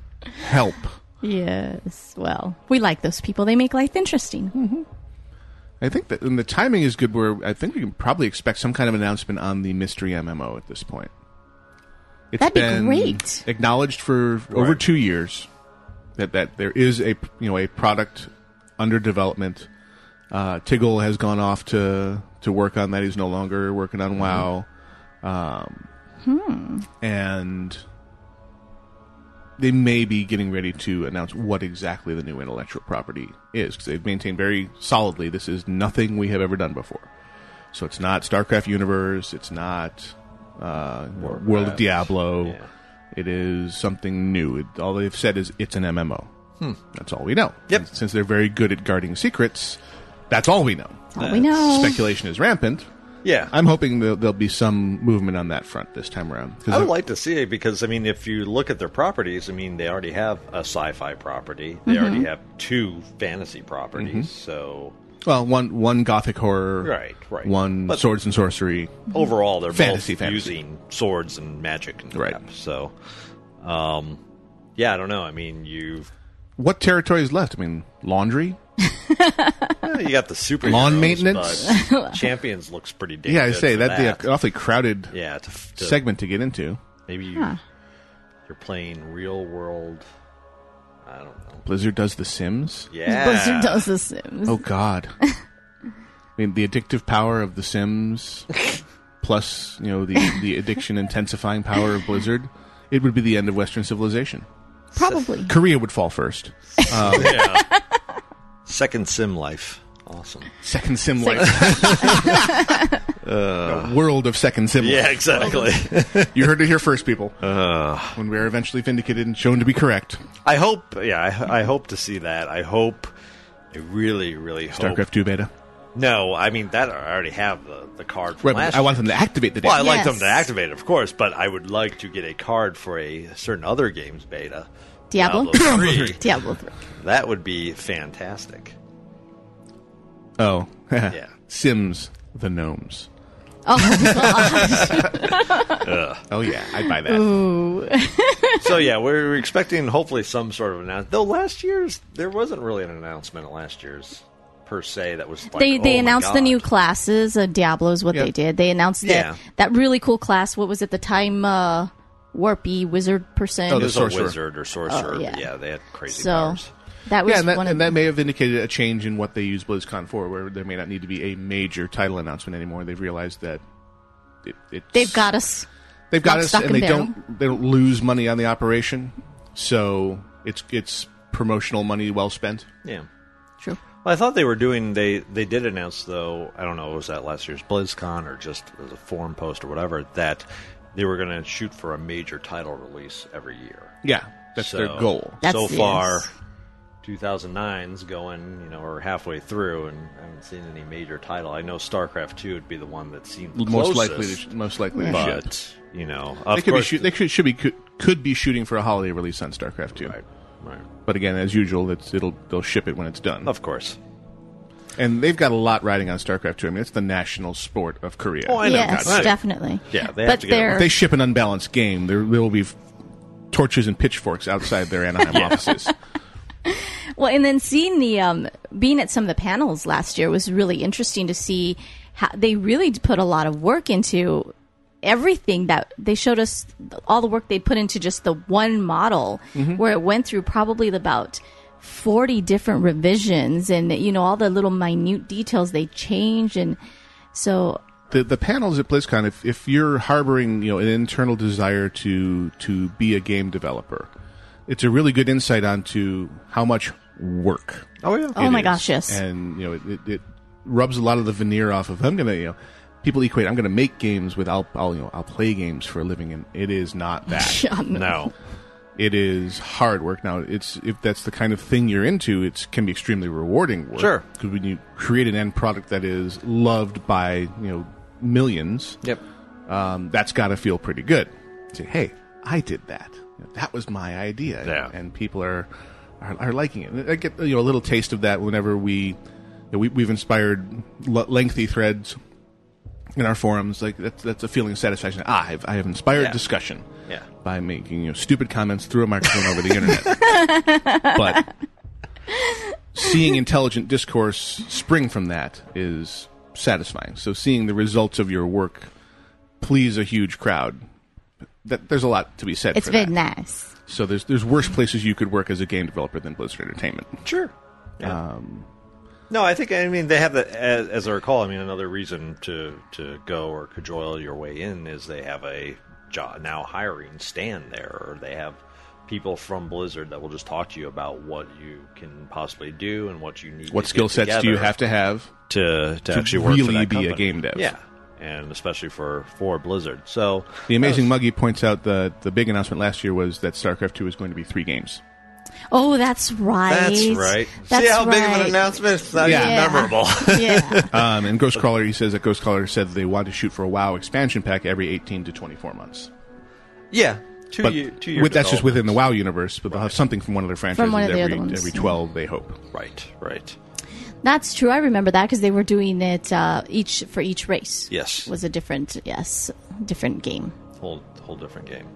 help.
Yes. Well, we like those people. They make life interesting.
I think that and the timing is good. Where I think we can probably expect some kind of announcement on the mystery MMO at this point. It's
That'd be
been
great.
Acknowledged for over two years that that there is a you know a product under development. Uh, Tiggle has gone off to to work on that. He's no longer working on WoW. Um,
Mm-hmm. Hmm.
and they may be getting ready to announce what exactly the new intellectual property is because they've maintained very solidly this is nothing we have ever done before. So it's not StarCraft Universe, it's not uh, World of Diablo. It is something new. It, all they've said is it's an MMO.
Hmm.
That's all we know. Yep. since they're very good at guarding secrets, that's all we know.
all we know.
Speculation is rampant.
Yeah.
I'm hoping there'll, there'll be some movement on that front this time around. 'Cause
I would
it-
like to see it because I mean, if you look at their properties, I mean, they already have a sci-fi property. They
Mm-hmm.
already
Mhm.
have two fantasy properties.
Mhm.
So
well, one one gothic horror,
Right, right.
One
But-
swords and sorcery.
overall, they're
fantasy,
both
fantasy.
using swords and magic and crap. So, um, yeah, I don't know. I mean, you've
What territory is left? I mean, laundry.
well, you got the super
Lawn maintenance?
champions looks pretty. Damn
yeah, I
good
say
for
that'd
that.
be an awfully crowded
Yeah, to f- to-
segment to get into.
Maybe you,
Huh.
you're playing real world. I don't know.
Blizzard does The Sims.
Yeah.
Blizzard does The Sims.
Oh God. I mean, the addictive power of The Sims, plus you know the the addiction intensifying power of Blizzard, it would be the end of Western civilization.
Probably.
Korea would fall first. Um,
yeah. Second sim life. Awesome.
Second sim life. A world of second sim.
Uh, Yeah, Uh.
life.
exactly.
you heard it here first, people. when we are eventually vindicated and shown to be correct,
I hope. Yeah, I, I hope to see that. I hope. I really, really hope.
StarCraft two beta.
No, I mean that. I already have the, the card. From
Right,
last
but I want
year.
them to activate the data.
Well, I like them to activate, it, of course, but I would like to get a card for a certain other game's beta.
Diablo.
Oh,
Diablo three.
Diablo 3.
uh, That would be fantastic.
Oh,
Yeah.
Sims the gnomes.
Oh.
Ugh.
Oh yeah, I'd buy that.
Ooh.
so yeah, we're we're expecting hopefully some sort of announcement. Though last year's there wasn't really an announcement at last year's per se. That was like,
they they
oh my
announced the
God.
new classes. Uh, Diablo's what
Yeah.
they did. They announced
Yeah.
that that really cool class. What was it? The time uh, warpy wizard person.
It was a wizard or sorcerer.
Oh,
yeah.
yeah.
they had crazy
so
powers.
that was
yeah, and that,
one of
and that may have indicated a change in what they use BlizzCon for, where there may not need to be a major title announcement anymore. They've realized that it, it's,
they've got us.
they've got
lock,
us,
stock,
and they
barrel.
don't they don't lose money on the operation, so it's it's promotional money well spent.
Yeah.
True.
Well, I thought they were doing. They they did announce though. I don't know. Was that last year's BlizzCon or just as a forum post or whatever that they were going to shoot for a major title release every year.
Yeah, that's their
So-
goal.
so
That's-
far,
yes.
2009's going. You know, we're halfway through, and I haven't seen any major title. I know StarCraft Two would be the one that seemed the
most
closest,
likely, to, sh- most likely, to
but
shoot.
you know,
they
of
could be
course,
shoot, they should, should be could, could be shooting for a holiday release on StarCraft Two. Right,
right.
But again, as usual, it's, it'll they'll ship it when it's done.
Of course.
And they've got a lot riding on StarCraft Two. I mean, it's the national sport of Korea.
Oh, I know. Yes,
God's sake.
definitely.
Yeah,
they have But to get it they're- right.
If they ship an unbalanced game, there, there will be f- torches and pitchforks outside their Anaheim offices.
Well, and then seeing the um, being at some of the panels last year was really interesting to see how they really put a lot of work into everything that they showed us all the work they put into just the one model
Mm-hmm.
Mhm.
where it went through probably about 40 different revisions and you know all the little minute details they changed and so
the the panels at BlizzCon, if, if you're harboring you know an internal desire to to be a game developer, it's a really good insight onto how much work.
Oh yeah.
Oh, my gosh, yes.
And you know it, it, it rubs a lot of the veneer off of I'm gonna you know people equate I'm gonna make games with I'll, I'll you know I'll play games for a living and it is not that.
Yeah, no.
No.
It is hard work. Now, it's if that's the kind of thing you're into, it can be extremely rewarding work.
Sure.
because when you create an end product that is loved by you know millions,
Yep.
um, that's got to feel pretty good. Say, hey, I did that. You know, That was my idea, yeah. and people are, are are liking it. And I get you know a little taste of that whenever we you know, we we've inspired l- lengthy threads in our forums. Like that's that's a feeling of satisfaction. Ah, I've I have inspired
Yeah.
discussion.
Yeah.
By making you know, stupid comments through a microphone over the internet, but seeing intelligent discourse spring from that is satisfying. So seeing the results of your work please a huge crowd, that, there's a lot to be said.
it's
for
very
that.
nice
So there's there's worse places you could work as a game developer than Blizzard Entertainment.
Sure.
Um,
No, I think I mean they have that as, as I recall. I mean another reason to to go or cajole your way in is they have a job now hiring stand there, or they have people from Blizzard that will just talk to you about what you can possibly do and what you need.
what
to
skill
get
sets do you
together
have to have
to to, actually work for
really
that
be a
company.
game dev?
Yeah, and especially for for Blizzard. So
The amazing Muggy points out the the big announcement last year was that StarCraft Two is going to be three games.
Oh, that's right.
That's right.
That's
See how big of
right.
an announcement? It's not
Yeah.
even memorable.
Yeah.
um, and Ghost Crawler, he says that Ghost Crawler said they want to shoot for a WoW expansion pack every 18 to 24 months.
yeah. Two
but
year, two year
with- that's just within the WoW universe, but they'll have something from one of their franchises
From one of the
every,
other ones,
every
yeah.
12, they hope.
Right, right.
That's true. I remember that because they were doing it uh, each for each race.
Yes.
was a different yes, different game.
whole whole different game.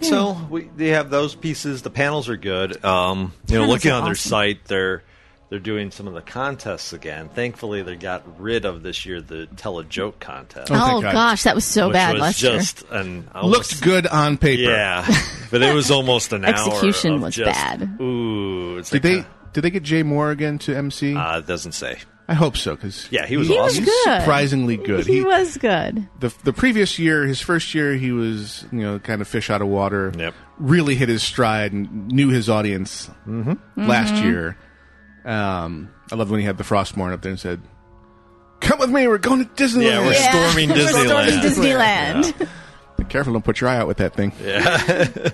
So we they have those pieces. The panels are good. Um, you know,
Panels
looking
are
on their
awesome.
site, they're they're doing some of the contests again. Thankfully, they got rid of this year the tell a joke contest.
Oh, thank God. gosh, that was so
Which
bad
was
last year.
Just an
Looked good on paper.
yeah, but it was almost an hour.
Execution
of
was
just,
bad.
Ooh, it's like,
Did they did they get Jay Moore again to MC?
Uh, it doesn't say.
I hope so because
Yeah, he was
He was
awesome.
good.
surprisingly good.
He, was good.
the the previous year, his first year, he was you know kind of fish out of water.
Yep.
Really hit his stride and knew his audience
Mm-hmm.
last year. Um, I loved when he had the Frostmourne up there and said, "Come with me, we're going to Disneyland."
Yeah, we're
Yeah.
storming
We're
Disneyland.
storming Disneyland.
Be careful, don't put your eye out with that thing.
Yeah.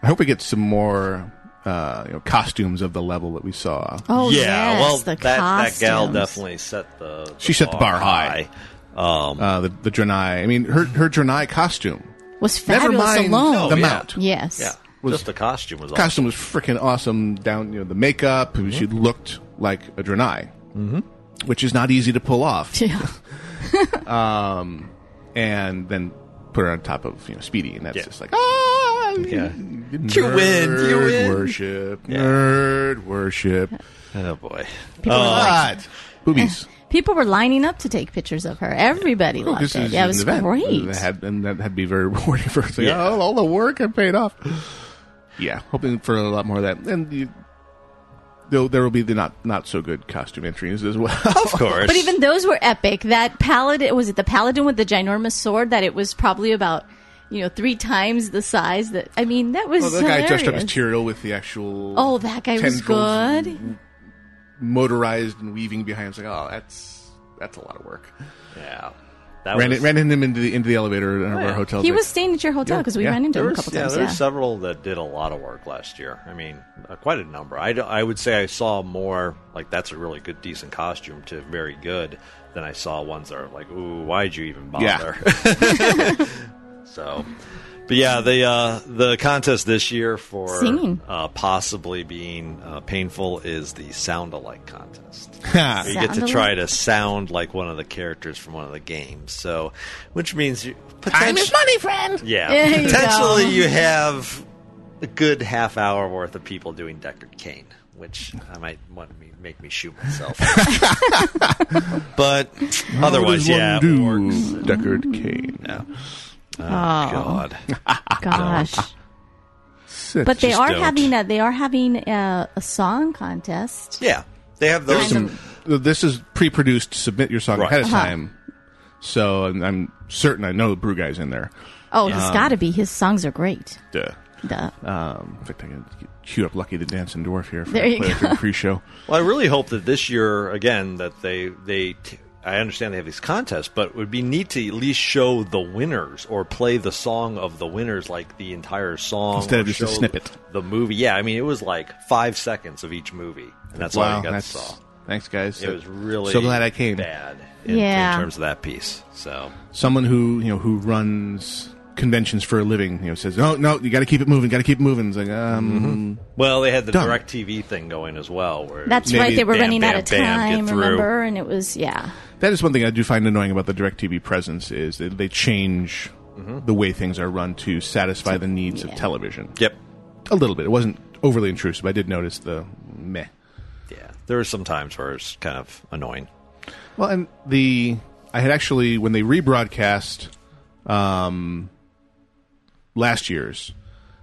I hope we get some more uh, you know, costumes of the level that we saw.
Oh
yeah,
yes,
well,
the
that, that gal
costumes.
definitely set the, the
She set the bar high.
Um,
Uh, the the Draenei. I mean, her her Draenei costume.
was fabulous
Never mind
alone.
the
Oh, yeah.
mount.
Yes.
yeah,
Was-
just the costume was awesome. Mm-hmm.
Costume was freaking awesome. Down, you know, the makeup. She looked like a Draenei, mm-hmm. which is not easy to pull off.
Yeah.
and then put her on top of you know Speedy, and that's
Yeah.
just like ah,
Yeah.
nerd
You win, you win.
worship,
Yeah.
nerd worship.
Oh boy,
But boobies.
Oh,
People were lining up to take pictures of her. Everybody loved
Oh, this
it.
is
Yeah, it
an
was
event
great.
That had, and that had to be very rewarding for us. Like,
Yeah.
oh, all the work I paid off. Yeah, hoping for a lot more of that. And you, though there will be the not not so good costume entries as well.
of course.
But even those were epic. That paladin was it the paladin with the ginormous sword that it was probably about you know three times the size. That I mean, that was
Well, the guy dressed up as
hilarious.
Tyrael with the actual.
Oh, that guy was
tendrils
good.
Motorized and weaving behind. It's like, oh, that's that's a lot of work.
yeah, that
ran,
was,
ran into him into the into the elevator in our
yeah.
hotel.
He
It's
was
like,
staying at your hotel
Yeah,
because we
yeah.
ran into
There
him
were,
a couple
yeah,
times.
there were
yeah.
several that did a lot of work last year. I mean, uh, quite a number. I, d- I would say I saw more like that's a really good, decent costume to very good than I saw ones that are like, ooh, why'd you even bother?
Yeah.
So, but yeah, the uh, the contest this year for
Singing.
Uh, possibly being uh, painful is the sound alike contest.
Ha.
You get to
Sound-alike.
try to sound like one of the characters from one of the games. So, which means you
Time
potentially,
is money, friend.
yeah,
There you
potentially
go.
you have a good half hour worth of people doing Deckard Kane, which I might want me make me shoot myself. but otherwise,
What does
yeah,
one
it
do?
works.
Deckard Kane.
Yeah. Oh,
Oh.
God.
Gosh.
Sit.
But they
Just
are
don't.
having a they are having a, a song contest.
Yeah, they have those.
There's some. This is pre-produced. Submit your song
Right.
ahead of
Uh-huh.
time. So and I'm certain I know the Brew Guy's in there.
Oh, he's got to be. His songs are great.
Duh.
Duh.
Um, in fact, I can cue up Lucky the Dancing Dwarf here for
There you
play
go.
for the pre-show.
Well, I really hope that this year again that they they. T- I understand they have these contests, but it would be neat to at least show the winners or play the song of the winners, like the entire song
Instead of
or
just a
show
snippet.
The movie, yeah. I mean, it was like five seconds of each movie, and that's all
wow,
you got to
that's,
saw.
thanks, guys.
It was really
so glad I came.
Bad, in,
Yeah.
in terms of that piece. So
someone who you know who runs conventions for a living you know says no no you got to keep it moving got to keep it moving it's like um
Well, they had the
Done.
direct TV thing going as well. Where
That's
Maybe
right. They were
bam,
running
bam,
out of
bam, get
time,
through.
remember? And it was yeah.
that is one thing i do find annoying about the directv presence is they, they change the way things are run to satisfy the needs
yeah.
of television
Yep.
a little bit it wasn't overly intrusive i did notice the meh
Yeah. There were some times where it's kind of annoying.
well and the i had actually when they rebroadcast um last year's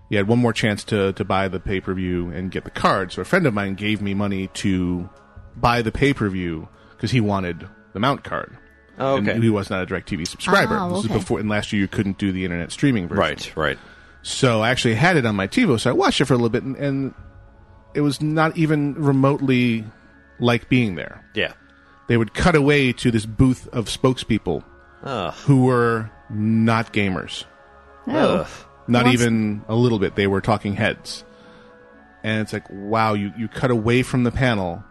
you had one more chance to to buy the pay per view and get the card. So a friend of mine gave me money to buy the pay per view because he wanted the mount card.
Oh,
And he was not a DirecTV subscriber.
Oh,
This
okay.
was before, and last year you couldn't do the internet streaming version.
Right, right.
So I actually had it on my TiVo, so I watched it for a little bit, and, and it was not even remotely like being there.
Yeah.
They would cut away to this booth of spokespeople
Ugh.
who were not gamers.
Oh.
Ugh.
Not
Wants-
even a little bit. They were talking heads. And it's like, wow, you, you cut away from the panel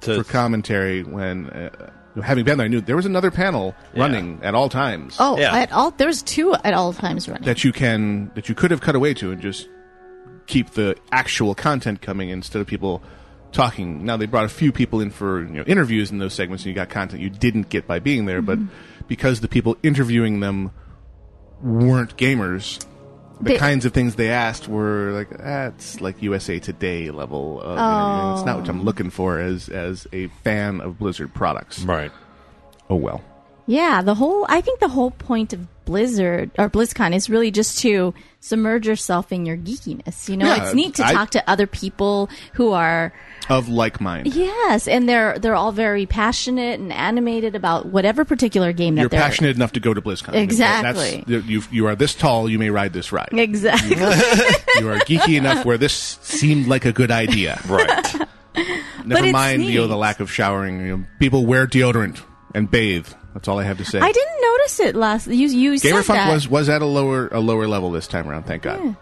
for commentary when, uh, having been there, I knew there was another panel running at all times.
Oh, at all there's two at all times running.
that you can that you could have cut away to and just keep the actual content coming instead of people talking. Now they brought a few people in for you know, interviews in those segments, and you got content you didn't get by being there. But because the people interviewing them weren't gamers, the
They-
kinds of things they asked were like that's like USA Today level. Of, and it's not what I'm looking for as as a fan of Blizzard products. Right. Oh well.
Yeah, the whole I think the whole point of Blizzard or BlizzCon is really just to submerge yourself in your geekiness. You know,
Yeah,
it's neat to
I-
talk to other people who are
Of like mind.
yes, and they're they're all very passionate and animated about whatever particular game
You're
that they're
passionate enough to go to BlizzCon.
Exactly.
That's, you you are this tall, you may ride this ride.
Exactly.
you are geeky enough where this seemed like a good idea. Right.
But
Never
it's
mind you know,
neat.
the lack of showering. You know, people wear deodorant and bathe. That's all I have to say.
I didn't notice it last. You you
Gamer
said that.
was was at a lower a lower level this time around. Thank God.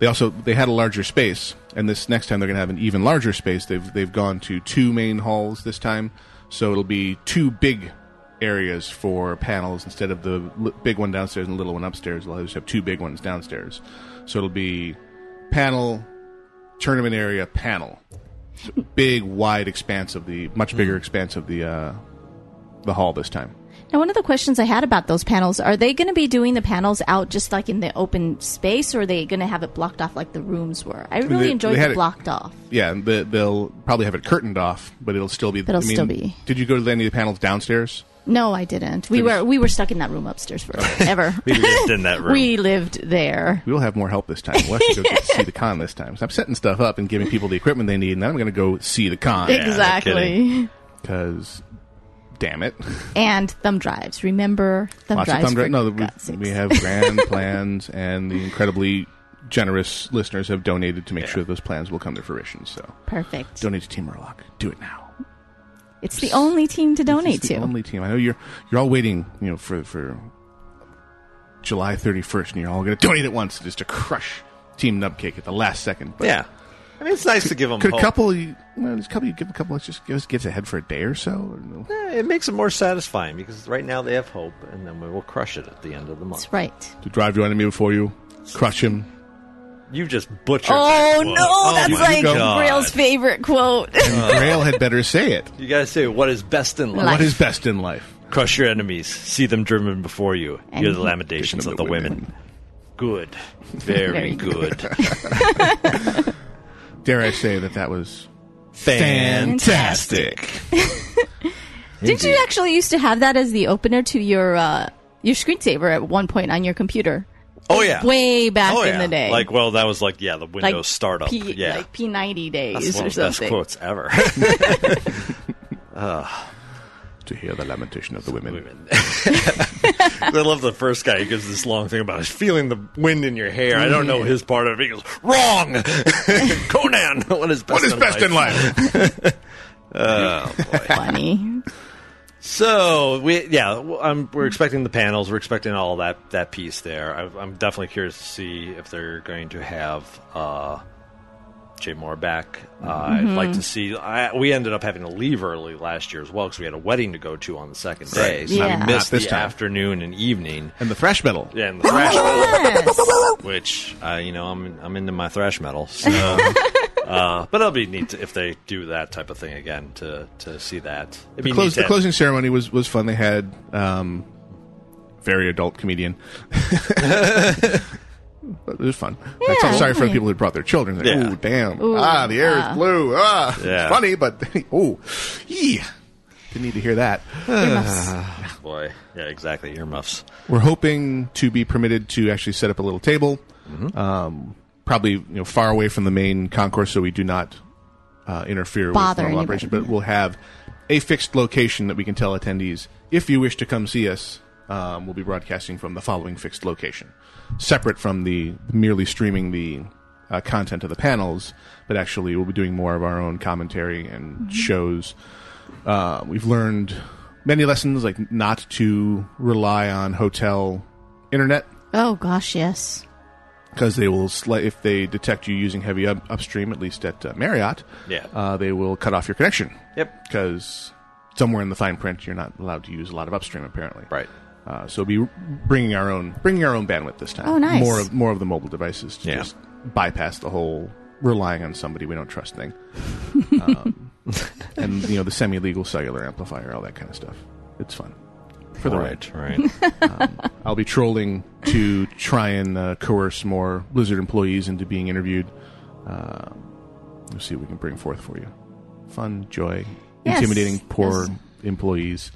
They also they had a larger space, and this next time they're going to have an even larger space. They've they've gone to two main halls this time, so it'll be two big areas for panels instead of the li- big one downstairs and the little one upstairs. They'll just have two big ones downstairs, so it'll be panel, tournament area, panel. It's a big wide expanse of the much bigger
Mm.
expanse of the uh, the hall this time.
Now, one of the questions I had about those panels are they going to be doing the panels out just like in the open space, or are they going to have it blocked off like the rooms were? I really
They-
enjoyed
they had
the
it-
blocked off.
Yeah, and the, they'll probably have it curtained off, but it'll still be.
But it'll
I mean,
still be.
Did you go to any of the panels downstairs?
No, I didn't. We were we were stuck in that room upstairs forever.
We lived in that
we lived there.
We will have more help this time. We'll actually go get to see the con this time. So I'm setting stuff up and giving people the equipment they need, and then I'm going to go see the con.
exactly.
Because, damn it,
And thumb drives. Remember thumb
lots
drives.
of thumb drive.
for
No, we,
God's sakes.
we have grand plans, and the incredibly generous listeners have donated to make sure those plans will come to fruition. So
Perfect.
donate to Team Murloc. Do it now.
It's the only team to donate
It's the
to.
Only team. I know you're you're all waiting, you know, for for July 31st, and you're all going to donate at once just to crush Team Nubcake at the last second. But
Yeah. I mean, it's nice to give them
could a
hope.
couple? You, well, there's a couple. You give a couple. Let's just give us gets ahead for a day or so. Or no.
Yeah, Eh, it makes it more satisfying because right now they have hope, and then we will crush it at the end of the month.
That's right.
To drive your enemy before you, crush him.
You just butchered.
Oh
that
no,
quote. Oh,
that's
my
like
God.
Grail's favorite quote.
And Grail had better say it.
You gotta say what is best in life.
Life. What is
best in life?
Crush your enemies. See them driven before you.
And-
Hear the lamentations of the women. Good. Very,
Very
good.
Dare I say that that was
Fantastic.
Didn't you actually used to have that as the opener to your uh, your screensaver at one point on your computer?
oh yeah.
Way back
Oh,
in
yeah.
the day.
Like well, that was like yeah, the Windows
Like
startup.
P,
yeah.
like P ninety days
that's one
or
of the best
something.
quotes ever. Ugh.
to hear the lamentation of the women.
I love the first guy who gives this long thing about feeling the wind in your hair. I don't know
Mm-hmm.
his part of it. He goes, Wrong! Conan, what is best,
What is
in,
best
life?
in life?
oh, boy.
Funny.
So, we, yeah, w- I'm, we're expecting the panels. We're expecting all that, that piece there. I, I'm definitely curious to see if they're going to have uh, Jay Moore back. Uh, I'd
Mhm.
like to see. I, we ended up having to leave early last year as well because we had a wedding to go to on the second day.
Right.
So
Yeah.
I
Not
missed
this
the
time.
afternoon and evening.
And the thrash metal.
Yeah, and the thrash metal, which uh, you know I'm I'm into my thrash metal. So, uh, but it'll be neat to, if they do that type of thing again to to see that. It'd be
the, close,
neat
the
to-
closing ceremony was, was fun. They had um, very adult comedian. but it was fun. I
Yeah,
felt sorry for
yeah.
the people who brought their children. Like,
Yeah.
Oh, damn.
Ooh,
ah, the air
ah."
is blue. Ah,
Yeah.
it's funny, but oh, yeah. Didn't need to hear that.
Boy, yeah, exactly. Earmuffs.
We're hoping to be permitted to actually set up a little table,
Mm-hmm.
um, probably you know far away from the main concourse, so we do not uh, interfere
Bother
with normal
anybody,
operation. But we'll have a fixed location that we can tell attendees if you wish to come see us. Um, we'll be broadcasting from the following fixed location, separate from the merely streaming the uh, content of the panels, but actually we'll be doing more of our own commentary and
Mhm.
shows. Uh, we've learned many lessons, like not to rely on hotel internet
Oh gosh, yes.
because they will sli- if they detect you using heavy up- upstream, at least at uh, Marriott.
Yeah.
uh, they will cut off your connection.
Yep.
Because somewhere in the fine print, you're not allowed to use a lot of upstream, apparently.
Right.
Uh, so be bringing our own bringing our own bandwidth this time.
Oh, nice.
More of more of the mobile devices to
Yeah.
just bypass the whole relying on somebody we don't trust thing. um, and you know the semi legal cellular amplifier, all that kind of stuff. It's fun for the
Right,
right. um, I'll be trolling to try and uh, coerce more Blizzard employees into being interviewed. Uh, we'll see what we can bring forth for you. Fun, joy,
Yes,
intimidating poor
yes.
employees.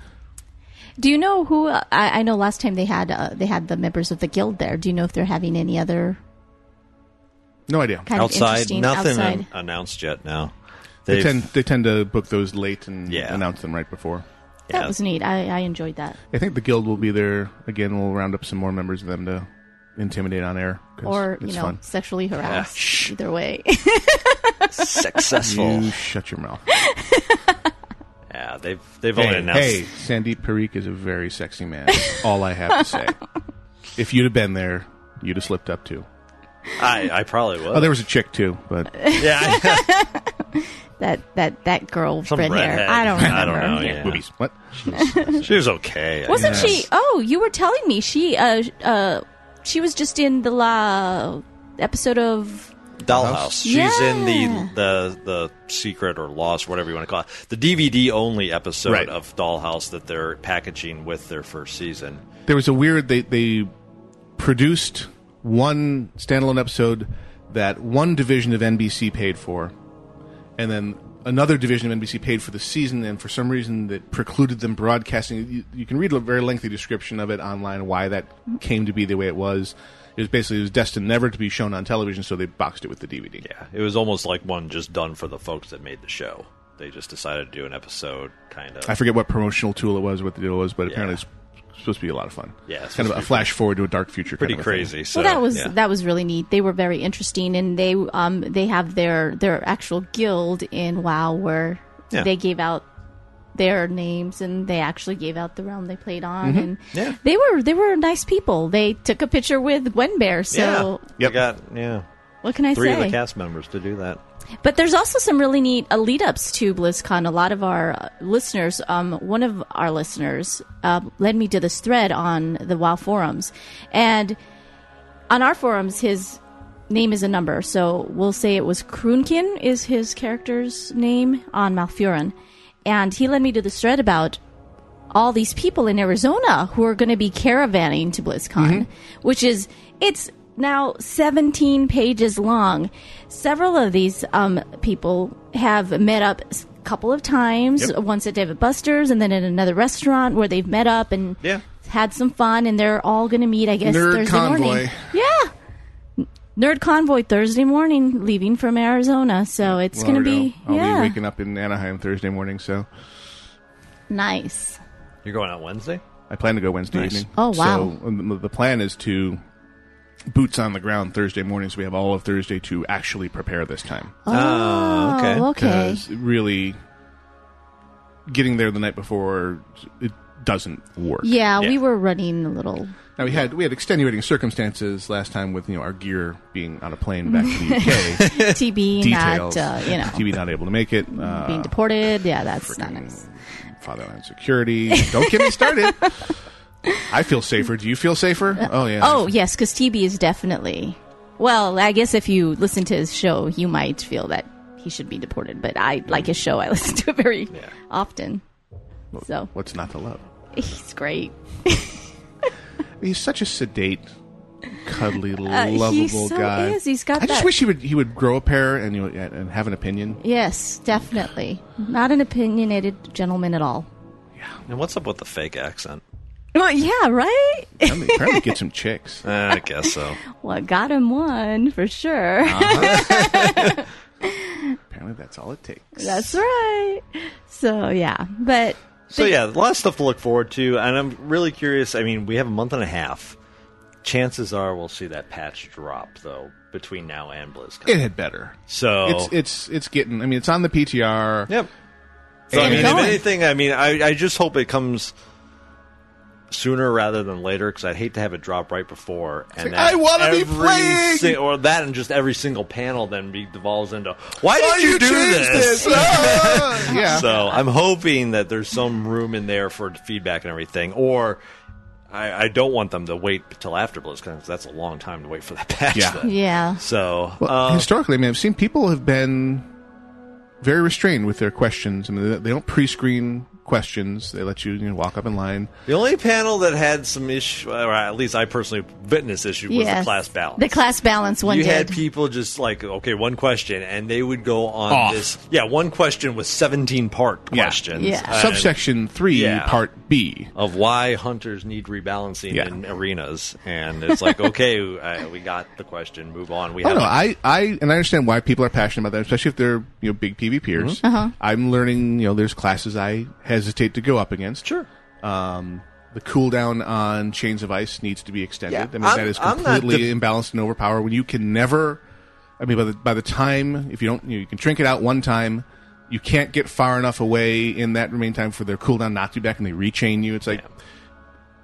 Do you know who? I, I know last time they had uh, they had the members of the guild there. Do you know if they're having any other?
No idea.
Kind of
outside,
interesting
nothing
outside.
an- announced yet. Now
They,
They've-
tend they tend to book those late and announce them right before.
That was neat. I, I enjoyed that.
I think the guild will be there again. We'll round up some more members of them to intimidate on air. 'cause
Or you
it's
know,
fun.
sexually harassed. Either way.
Successful.
You shut your mouth.
yeah, they've they've
hey,
only announced.
hey, Sandeep Parikh is a very sexy man. That's all I have to say. if you'd have been there, you'd have slipped up too.
I I probably was.
Oh, there was a chick too, but
yeah.
that that that girl
Some
red hair.
redhead.
I don't remember.
I don't know. Yeah.
Boobies. What?
she was okay. I
Wasn't
guess.
she? Oh, you were telling me she uh uh she was just in the la episode of
Dollhouse. She's in
Yeah.
the the the secret or lost, whatever you want to call it, the DVD only episode
Right.
of Dollhouse that they're packaging with their first season.
there was a weird they they produced one standalone episode that one division of NBC paid for, and then another division of NBC paid for the season, and for some reason that precluded them broadcasting. You, you can read a very lengthy description of it online why that came to be the way it was. It was basically it was destined never to be shown on television, so they boxed it with the DVD.
Yeah, it was almost like one just done for the folks that made the show. They just decided to do an episode, kind of.
I forget what promotional tool it was, what the deal was, but apparently it's supposed to be a lot of fun.
Yeah, it's
it's kind
supposed
of a
to be
flash forward to a dark future.
Pretty
kind of a thing.
crazy. So
Well, that was
yeah.
that was really neat. They were very interesting, and they um they have their their actual guild in WoW where
Yeah.
they gave out their names and they actually gave out the realm they played on,
Mhm.
and
Yeah.
they were they were nice people. They took a picture with Gwen Bear, so
yeah, We got yeah.
What can I
Three of
say?
the cast members to do that.
But there's also some really neat uh, lead ups to BlizzCon. A lot of our uh, listeners, um, one of our listeners, uh, led me to this thread on the WoW forums. And on our forums, his name is a number. So we'll say it was Kroonkin, is his character's name on Malfurin. And he led me to this thread about all these people in Arizona who are going to be caravanning to BlizzCon, which is it's now 17 pages long. Several of these um, people have met up a couple of times,
Yep.
once at David Buster's and then at another restaurant where they've met up and
Yeah.
had some fun and they're all going to meet I guess
Nerd
Thursday morning.
convoy.
Yeah. N- Nerd convoy Thursday morning leaving from Arizona, so it's
Well,
going to
there we
be
go. I'll
yeah,
be waking up in Anaheim Thursday morning, so
nice.
You're going out Wednesday.
I plan to go Wednesday
Nice.
evening.
Oh, wow.
So um, the plan is to boots on the ground Thursday morning, so we have all of Thursday to actually prepare this time.
Oh, okay. okay.
'Cause really, getting there the night before it doesn't work.
Yeah, we were running a little.
Now we had we had extenuating circumstances last time with you know our gear being on a plane back to the UK.
TB, not
Details.
uh, you know
TV not able to make it. Uh,
being deported. Yeah, that's not nice.
Fatherland security. Don't get me started. I feel safer. Do you feel safer? Oh yeah.
Oh yes, because TB is definitely. Well, I guess if you listen to his show, you might feel that he should be deported. But I like his show; I listen to it very often. So
What's not to love?
he's great.
He's such a sedate, cuddly,
Uh, he
lovable
so
guy.
is. He's got
I just
that-
wish he would he would grow a pair and you know, and and have an opinion.
Yes, definitely not an opinionated gentleman at all.
And what's up with the fake accent?
Well, yeah, right.
Apparently, apparently get some chicks.
Eh, I guess so.
Well, got him one for sure.
Apparently, that's all it takes.
That's right. So yeah, but
So yeah, a lot of stuff to look forward to, and I'm really curious. I mean, we have a month and a half. Chances are we'll see that patch drop though between now and BlizzCon.
It had better.
So
It's it's it's getting. I mean, it's on the PTR.
Yep. So I
And-
mean, if anything, I mean, I, I just hope it comes.
sooner rather than later because I'd hate to have it drop right before. And
like, "I wanna be
every
playing!"
si- or that, and just every single panel then be, devolves into why
Why
did you,
you
do
change
this?
this? Ah! Yeah.
So I'm hoping that there's some room in there for feedback and everything, or. I, I don't want them to wait till after Blizz because that's a long time to wait for that patch.
Yeah.
then.
Yeah.
So
Well,
uh,
historically, I mean, I've seen people have been very restrained with their questions. I mean, they- they don't pre-screen questions; they let you, you know, walk up in line.
The only panel that had some issue, or at least I personally witnessed issue, was the
Yes.
class balance.
The class balance one
you
did.
had people just like okay, one question, and they would go on
Off.
this. Yeah, one question with seventeen part questions.
Yeah.
and-
Subsection three,
Yeah.
part B.
of why hunters need rebalancing
Yeah.
in arenas, and it's like okay, uh, we got the question, move on. We
I
have
don't know. Oh, I, I and I understand why people are passionate about that, especially if they're you know big PvPers.
Mhm. Uh-huh.
I'm learning. You know, there's classes I hesitate to go up against. Sure. Um, the cooldown on Chains of Ice needs to be extended.
Yeah,
I mean,
I'm-
that is
I'm not
completely
def-
imbalanced and overpowered when you can never. I mean, by the by the time if you don't, you, know, you can drink it out one time. You can't get far enough away in that remain time for their cooldown not to be back, and they rechain you. It's like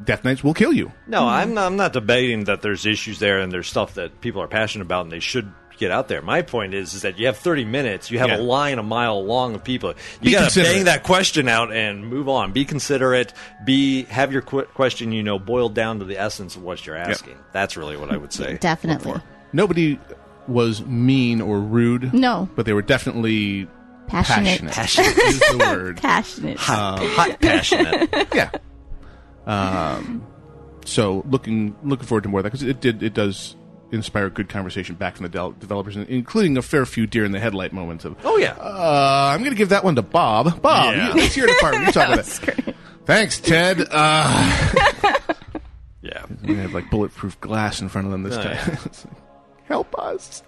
Death Knights will kill you.
No, I'm not, I'm not debating that there's issues there and there's stuff that people are passionate about and they should get out there. My point is, is that you have 30 minutes, you have
Yeah.
a line a mile long of people.
Be
You got to
considerate.
bang that question out and move on. Be considerate. Be have your qu- question, you know, boiled down to the essence of what you're asking. That's really what I would say.
Definitely.
nobody was mean or rude.
No.
but they were definitely
Passionate.
passionate. is the word.
Passionate.
Hot- Um,
hot passionate.
yeah. Um, so looking looking forward to more of that because it did it does inspire good conversation back from the del- developers, and including a fair few deer in the headlight moments of.
Oh yeah.
Uh, I'm going to give that one to Bob. Bob,
Yeah.
you, it's your department. You talk about it. Thanks, Ted. Uh,
yeah.
They have like bulletproof glass in front of them this
Oh,
time.
yeah.
It's like, Help us.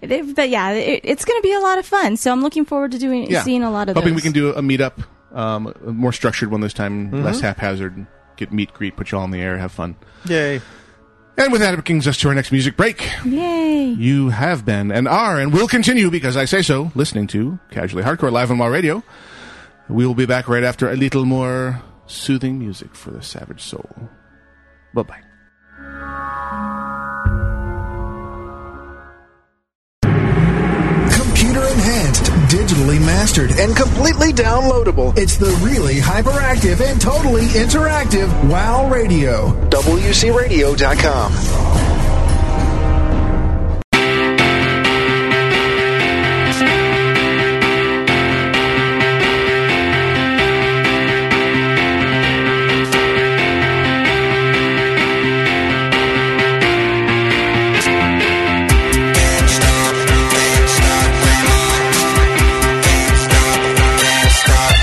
They- but yeah, it, it's going to be a lot of fun. So I'm looking forward to doing seeing a lot of.
hoping
those.
we can do a meetup, um, a more structured one this time,
Mm-hmm.
Mhm.
less haphazard. Get meet, greet, put you all in the air, have fun.
Yay.
And with that, it brings us to our next music break.
Yay!
You have been and are and will continue because I say so. Listening to Casually Hardcore live on Mall Radio. We will be back right after a little more soothing music for the savage soul. Bye bye.
Computer enhanced, digitally mastered, and completely downloadable. It's the really hyperactive and totally interactive WoW Radio. WCRadio.com.
Stop.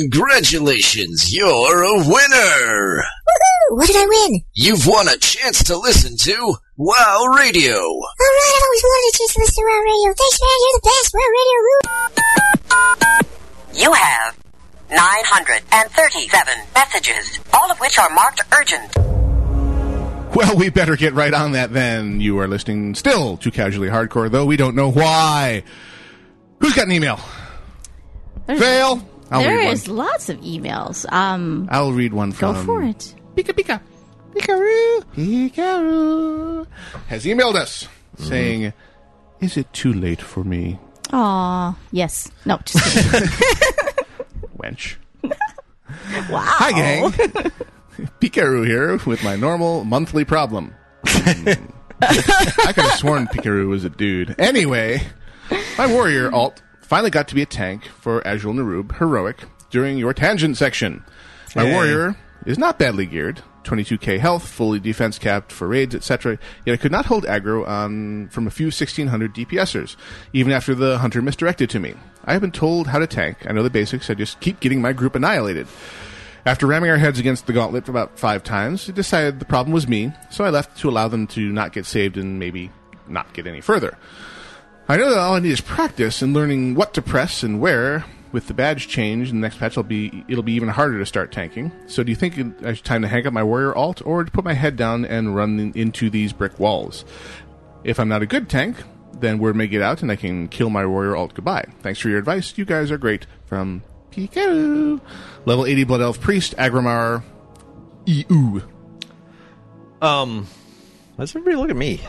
Congratulations, you're a winner!
What did I win?
You've won a chance to listen to WOW Radio!
All right, I've always wanted a chance to listen to Wow Radio. Thanks, man. You're the best. Wow Radio rules.
You have 937 messages, all of which are marked urgent.
Well, we better get right on that then. You are listening still to Casually Hardcore, though we don't know why. Who's got an email?
There's,
Fail. I'll
there
read one.
is lots of emails. Um,
I'll read one
go
from.
for it.
Pika pika. Pikaru. Pikaru. Has emailed us saying, "Is it too late for me,
Aw, yes. No, just kidding.
wench?"
wow.
Hi, gang. Pikaru here with my normal monthly problem. Hmm. I could have sworn Pikaru was a dude. Anyway, my warrior alt finally got to be a tank for Azul Narub heroic during your tangent section. My
Hey.
warrior is not badly geared. 22k health, fully defense capped for raids, etc. Yet I could not hold aggro on from a few 1600 DPSers, even after the hunter misdirected to me. I have been told how to tank. I know the basics. I just keep getting my group annihilated. After ramming our heads against the gauntlet for about five times, it decided the problem was me, so I left to allow them to not get saved and maybe not get any further. I know that all I need is practice and learning what to press and where. With the badge change in the next patch, it'll be it'll be even harder to start tanking. So, do you think it's time to hang up my warrior alt or to put my head down and run in- into these brick walls? If I'm not a good tank, then word may get out and I can kill my warrior alt goodbye. Thanks for your advice. You guys are great. From Pikachu, level eighty blood elf priest Agrimar. E EU.
Um, why does everybody look at me?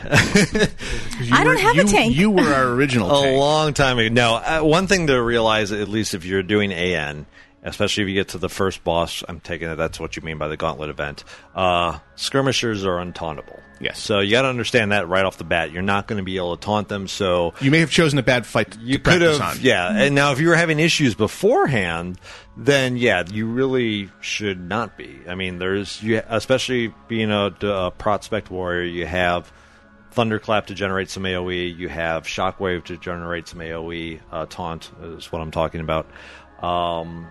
I don't have a tank.
You were our original
a long time ago. No, uh, one thing to realize, at least if you're doing AN, especially if you get to the first boss, I'm taking it that's what you mean by the gauntlet event. Uh, skirmishers are untauntable.
Yes.
So you got to understand that right off the bat. You're not going to be able to taunt them. So
You may have chosen a bad fight. To
you could
practice
have,
on.
yeah. And now, if you were having issues beforehand, then yeah, you really should not be. I mean, there's you, especially being a, a prospect warrior, you have thunderclap to generate some AOE, you have shockwave to generate some AOE. Uh, taunt is what I'm talking about. Um,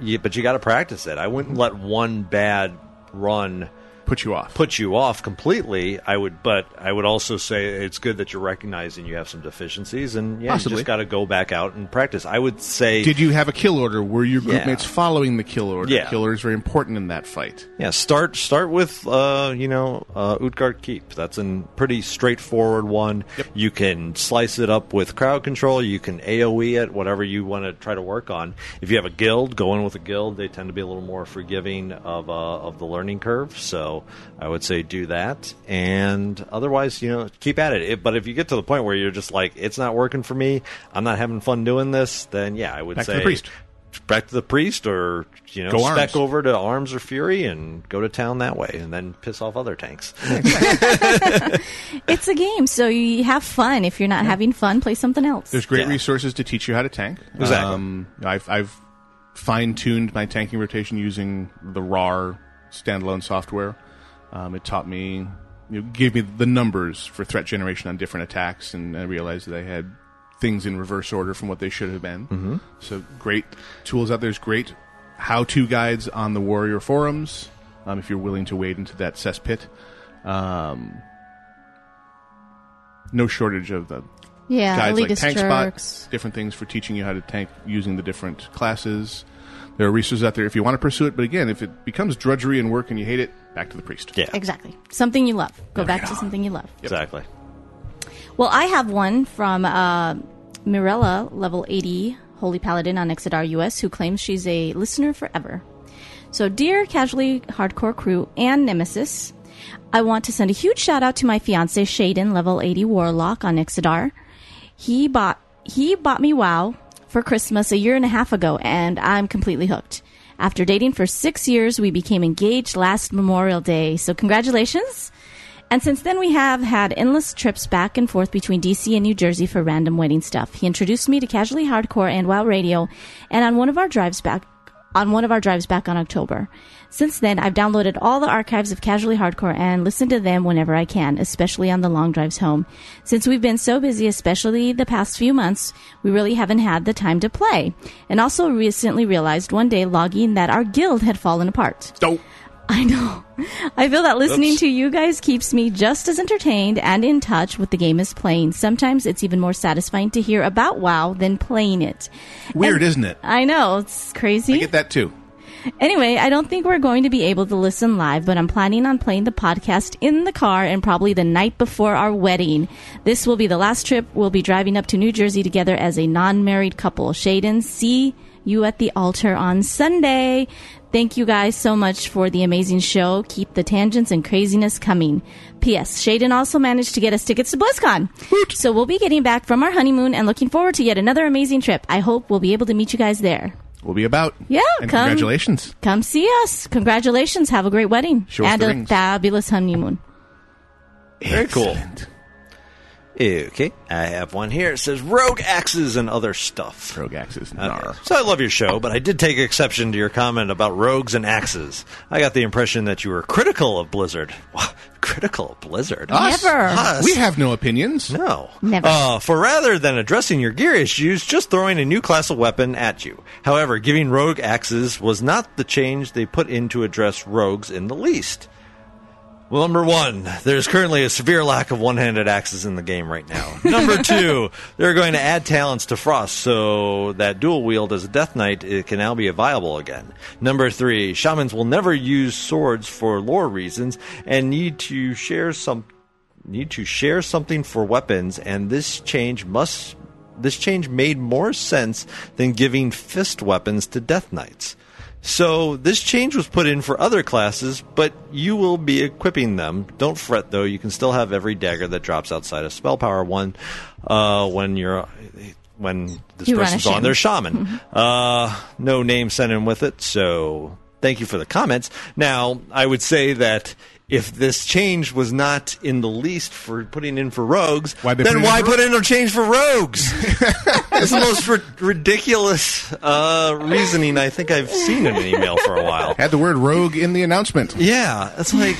yeah, but you got to practice it. I wouldn't let one bad run
put you off
put you off completely i would but i would also say it's good that you're recognizing you have some deficiencies and yeah
Possibly.
you just got to go back out and practice i would say
Did you have a kill order? Were your group
Yeah.
mates following the kill order?
Yeah.
Kill order is very important in that fight.
yeah start start with uh you know uh utgard keep that's a pretty straightforward one you can slice it up with crowd control you can aoe it whatever you want to try to work on if you have a guild go in with a guild they tend to be a little more forgiving of uh of the learning curve so i would say do that and otherwise you know keep at it. it but if you get to the point where you're just like it's not working for me i'm not having fun doing this then yeah i would
Back to
say
the priest.
back to the priest or you know
Go
spec
arms.
over to arms or fury and go to town that way and then piss off other tanks
It's a game, so you have fun. If you're not having fun, play something else.
There's great resources to teach you how to tank.
Exactly.
Um, I've, I've fine tuned my tanking rotation using the RAR standalone software. Um, it taught me, you know, gave me the numbers for threat generation on different attacks, and I realized that I had things in reverse order from what they should have been.
Mhm.
So great tools out there. There's great how-to guides on the Warrior forums um, if you're willing to wade into that cesspit. Um, no shortage of the
Yeah,
guides like
League of
Tank
Jerks.
Spot, different things for teaching you how to tank using the different classes. There are resources out there if you want to pursue it, but again, if it becomes drudgery and work and you hate it, back to the priest.
Yeah,
Exactly. Something you love. Go back to something you love.
exactly
Well, I have one from uh, Mirella, level 80, Holy Paladin on Exodar US, who claims she's a listener forever. So, dear casually hardcore crew and Nemesis, I want to send a huge shout out to my fiance Shaden, level 80 Warlock on Exodar. He bought he bought me WoW for Christmas a year and a half ago, and I'm completely hooked. After dating for six years, we became engaged last Memorial Day. So, congratulations! And since then, we have had endless trips back and forth between DC and New Jersey for random wedding stuff. He introduced me to Casually Hardcore and WoW Radio, and on one of our drives back on one of our drives back on October. Since then, I've downloaded all the archives of Casually Hardcore and listened to them whenever I can, especially on the long drives home. Since we've been so busy, especially the past few months, we really haven't had the time to play. And also recently realized one day logging that our guild had fallen apart.
Nope.
I know. I feel that listening to you guys keeps me just as entertained and in touch with the game is playing. Sometimes it's even more satisfying to hear about WoW than playing it.
Weird, isn't it?
I know, it's crazy.
Get that too.
Anyway, I don't think we're going to be able to listen live, but I'm planning on playing the podcast in the car and probably the night before our wedding. This will be the last trip we'll be driving up to New Jersey together as a non married couple. Shaden, see you at the altar on Sunday. Thank you guys so much for the amazing show. Keep the tangents and craziness coming. P.S. Shaden also managed to get us tickets to BlizzCon. So we'll be getting back from our honeymoon and looking forward to yet another amazing trip. I hope we'll be able to meet you guys there.
We'll be about.
Yeah,
And
come-
congratulations.
Come see us. Congratulations. Have a great wedding.
Show us
and
the
a
rings.
fabulous honeymoon.
Very cool. Okay, I have one here. It says rogue axes and other stuff. Uh,
Rogue axes.
So I love your show, but I did take exception to your comment about rogues and axes. I got the impression that you were critical of Blizzard. critical of Blizzard?
Uh,
Us?
Never.
Us?
We have no opinions.
No.
Never.
Uh, for rather than addressing your gear issues, just throwing a new class of weapon at you. However, giving rogue axes was not the change they put in to address rogues in the least. Well, number one, there's currently a severe lack of one handed axes in the game right now. Number two, they're going to add talents to Frost so that dual wield as a Death Knight it can now be viable again. Number three, shamans will never use swords for lore reasons and need to share some need to share something for weapons and this change must this change made more sense than giving fist weapons to death knights so this change was put in for other classes but you will be equipping them don't fret though you can still have every dagger that drops outside of spell power one uh, when you're when this
You run a
person's on their
shaman.
shaman uh, no name sent in with it, so thank you for the comments. Now, I would say that if this change was not in the least for putting in for rogues, then why put in a change for rogues? it's the most ri- ridiculous uh, reasoning I think I've seen in an email for a while.
Had the word rogue in the announcement.
Yeah, it's like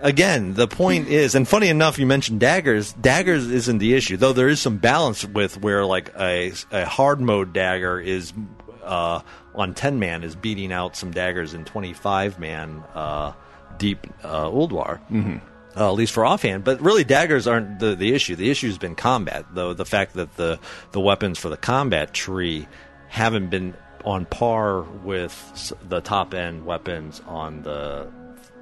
again, the point is, and funny enough, you mentioned daggers. Daggers isn't the issue, though. There is some balance with where like a a hard mode dagger is uh, on ten man is beating out some daggers in twenty five man uh, deep uh, Uldwar.
Mhm.
Uh, at least for offhand, but really daggers aren't the, the issue. The issue has been combat, though the fact that the the weapons for the combat tree haven't been on par with s- the top end weapons on the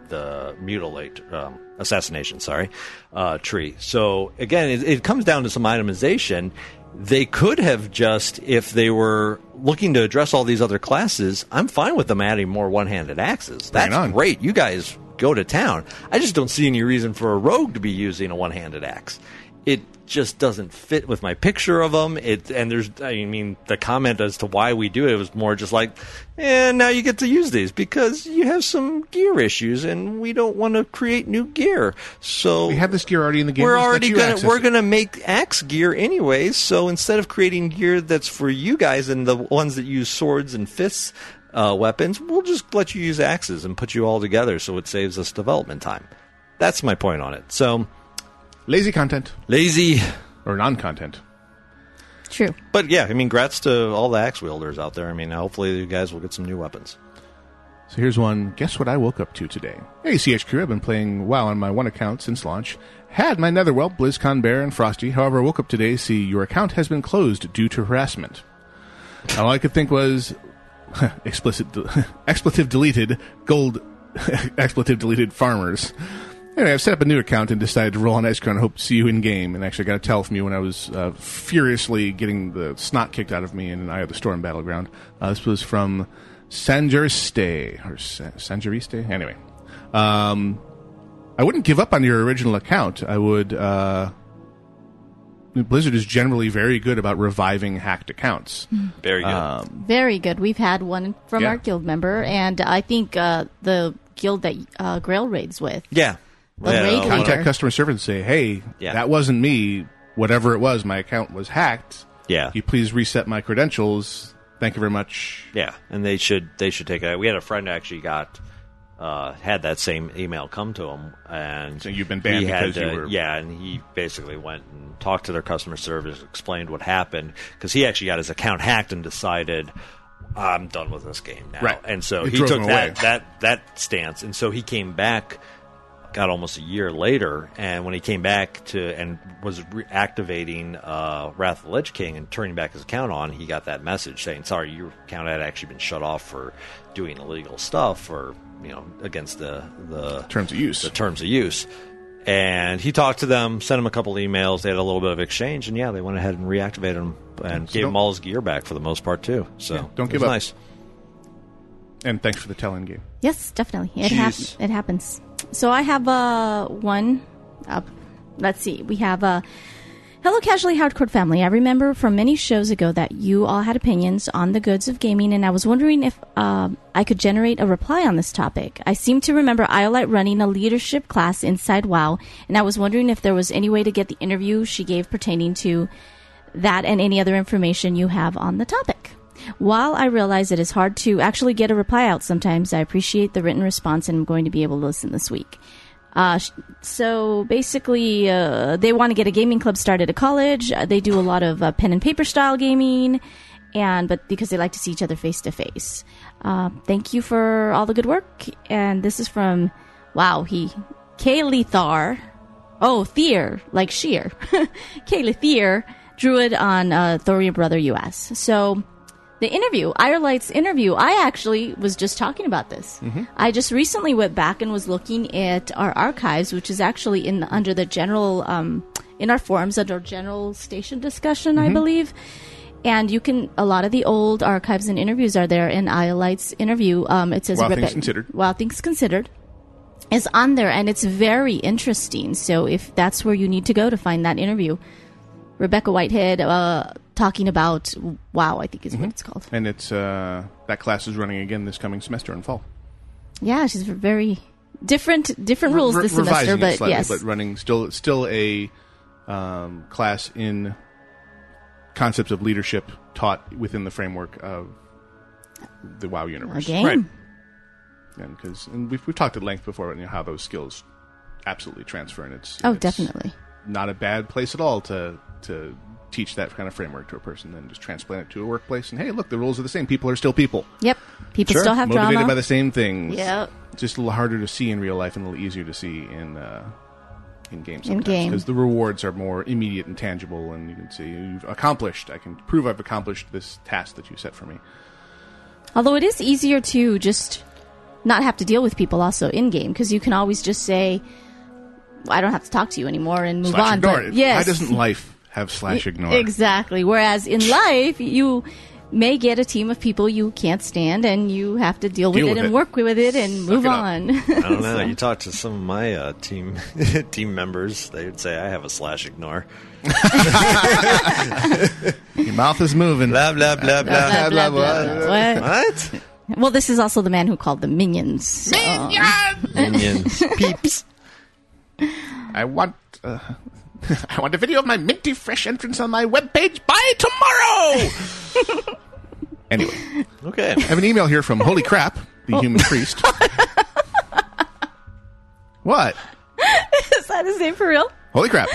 the mutilate um, assassination sorry uh, tree so again it, it comes down to some itemization they could have just if they were looking to address all these other classes i'm fine with them adding more one-handed axes
Right
that's
on.
great you guys go to town i just don't see any reason for a rogue to be using a one-handed axe it just doesn't fit with my picture of them. It and there's, I mean, the comment as to why we do it was more just like, and now you get to use these because you have some gear issues, and we don't want to create new gear. So we have
this gear already in the game.
We're
Just let
already
you
gonna
access
we're
it.
gonna make axe gear anyways. So instead of creating gear that's for you guys and the ones that use swords and fists. Uh, weapons. We'll just let you use axes and put you all together, so it saves us development time. That's my point on it. So,
lazy content,
lazy
or non-content.
True.
But yeah, I mean, grats to all the axe wielders out there. I mean, hopefully you guys will get some new weapons.
So here's one. Guess what I woke up to today? Hey, CH crew. I've been playing WoW on my one account since launch. Had my Netherwhelp, BlizzCon Bear, and Frosty. However, I woke up today to see your account has been closed due to harassment. All I could think was explicit, expletive deleted, gold, expletive deleted farmers. Anyway, I've set up a new account and decided to roll on Ice Crown and hope to see you in game. And actually, got a tell from you when I was uh, furiously getting the snot kicked out of me in an Eye of the Storm battleground. Uh, this was from Sanjariste or Sa- Sanjariste. Anyway, um, I wouldn't give up on your original account. I would. Uh, Blizzard is generally very good about reviving hacked accounts.
Very good.
Um,
Very good. We've had one from
Yeah.
our guild member, and I think uh, the guild that uh, Grail raids with.
yeah.
The raid
contact
leader.
customer service and say, "Hey, that wasn't me. Whatever it was, my account was hacked.
Yeah,
you please reset my credentials. Thank you very much.
Yeah, and they should they should take a. We had a friend actually got uh, had that same email come to him, and
So you've been banned
he had
because you
to-
were-
yeah, and he basically went and talked to their customer service, explained what happened because he actually got his account hacked and decided. I'm done with this game now,
Right.
and so
It
he
drove
took
him away.
that that that stance, and so he came back got almost a year later, and when he came back to and was reactivating uh, Wrath of the Lich King and turning back his account on, he got that message saying, "Sorry, your account had actually been shut off for doing illegal stuff or you know against the the
Terms of use.
the terms of use." And he talked to them, sent them a couple emails. They had a little bit of exchange, and yeah, they went ahead and reactivated him and
So
gave
don't-
him all his gear back for the most part too. So
Don't
it
give
was
up.
Nice.
And thanks for the telling game.
Yes, definitely. It,
Jeez.
hap- it happens. So I have uh, one up. Let's see. We have Uh, Hello, casually hardcore family. I remember from many shows ago that you all had opinions on the goods of gaming, and I was wondering if um I could generate a reply on this topic. I seem to remember Iolite running a leadership class inside WoW, and I was wondering if there was any way to get the interview she gave pertaining to that and any other information you have on the topic. While I realize it is hard to actually get a reply out sometimes, I appreciate the written response and I'm going to be able to listen this week. Uh, sh- so basically, uh, they want to get a gaming club started at college. Uh, they do a lot of uh, pen and paper style gaming, and but because they like to see each other face to face. Uh, Thank you for all the good work. And this is from, wow, he Kalethar. Oh, Thier, like sheer. Kalethir, druid on uh, Thorium Brother US. So the interview, Irelight's interview, I actually was just talking about this.
Mm-hmm.
I just recently went back and was looking at our archives, which is actually in the, under the general um, in our forums under general station discussion, I
Mm-hmm.
Mhm.
believe. And you can a lot of the old archives and interviews are there in Iolite's interview. Um, it says
Wild
rip
Things
it.
Considered.
Wild things considered is on there, and it's very interesting. So if that's where you need to go to find that interview, Rebecca Whitehead uh, talking about wow, I think is
Mm-hmm.
what it's called.
And it's uh, that class is running again this coming semester in fall.
Yeah, she's very different different rules
Re-
this
revising
semester,
it
but
slightly,
yes,
but running still still a um, class in concepts of leadership taught within the framework of the WoW universe.
game. Right.
And because and we've we've talked at length before about you know, how those skills absolutely transfer, and it's
oh,
it's
definitely.
not a bad place at all to to teach that kind of framework to a person, then just transplant it to a workplace. And hey, look, the rules are the same. People are still people.
Yep, people
Sure.
still have
motivated
drama.
by the same things.
Yep.
It's just a little harder to see in real life and a little easier to see in uh, in games.
In game.
because the rewards are more immediate and tangible, and you can see you've accomplished. I can prove I've accomplished this task that you set for me.
Although it is easier to just not have to deal with people also in game because you can always just say, "I don't have to talk to you anymore" and move
slash
on.
ignore
but
it.
yes,
Why doesn't life have slash ignore?
Exactly. Whereas in life, you may get a team of people you can't stand, and you have to deal with
Deal
it
with
and
it.
work with it and move
it up.
on.
I don't know.
So-
You talk to some of my uh, team team members, they would say I have a slash ignore.
Your mouth is moving.
Blah blah blah blah
Blah, blah, blah, blah.
What?
Well, this is also the man who called them minions. so-
Minions.
peeps. I want. Uh, I want a video of my minty fresh entrance on my webpage by tomorrow. anyway,
okay.
I have an email here from Holy Crap, the human
Oh.
priest. what?
is that his name for real?
Holy crap!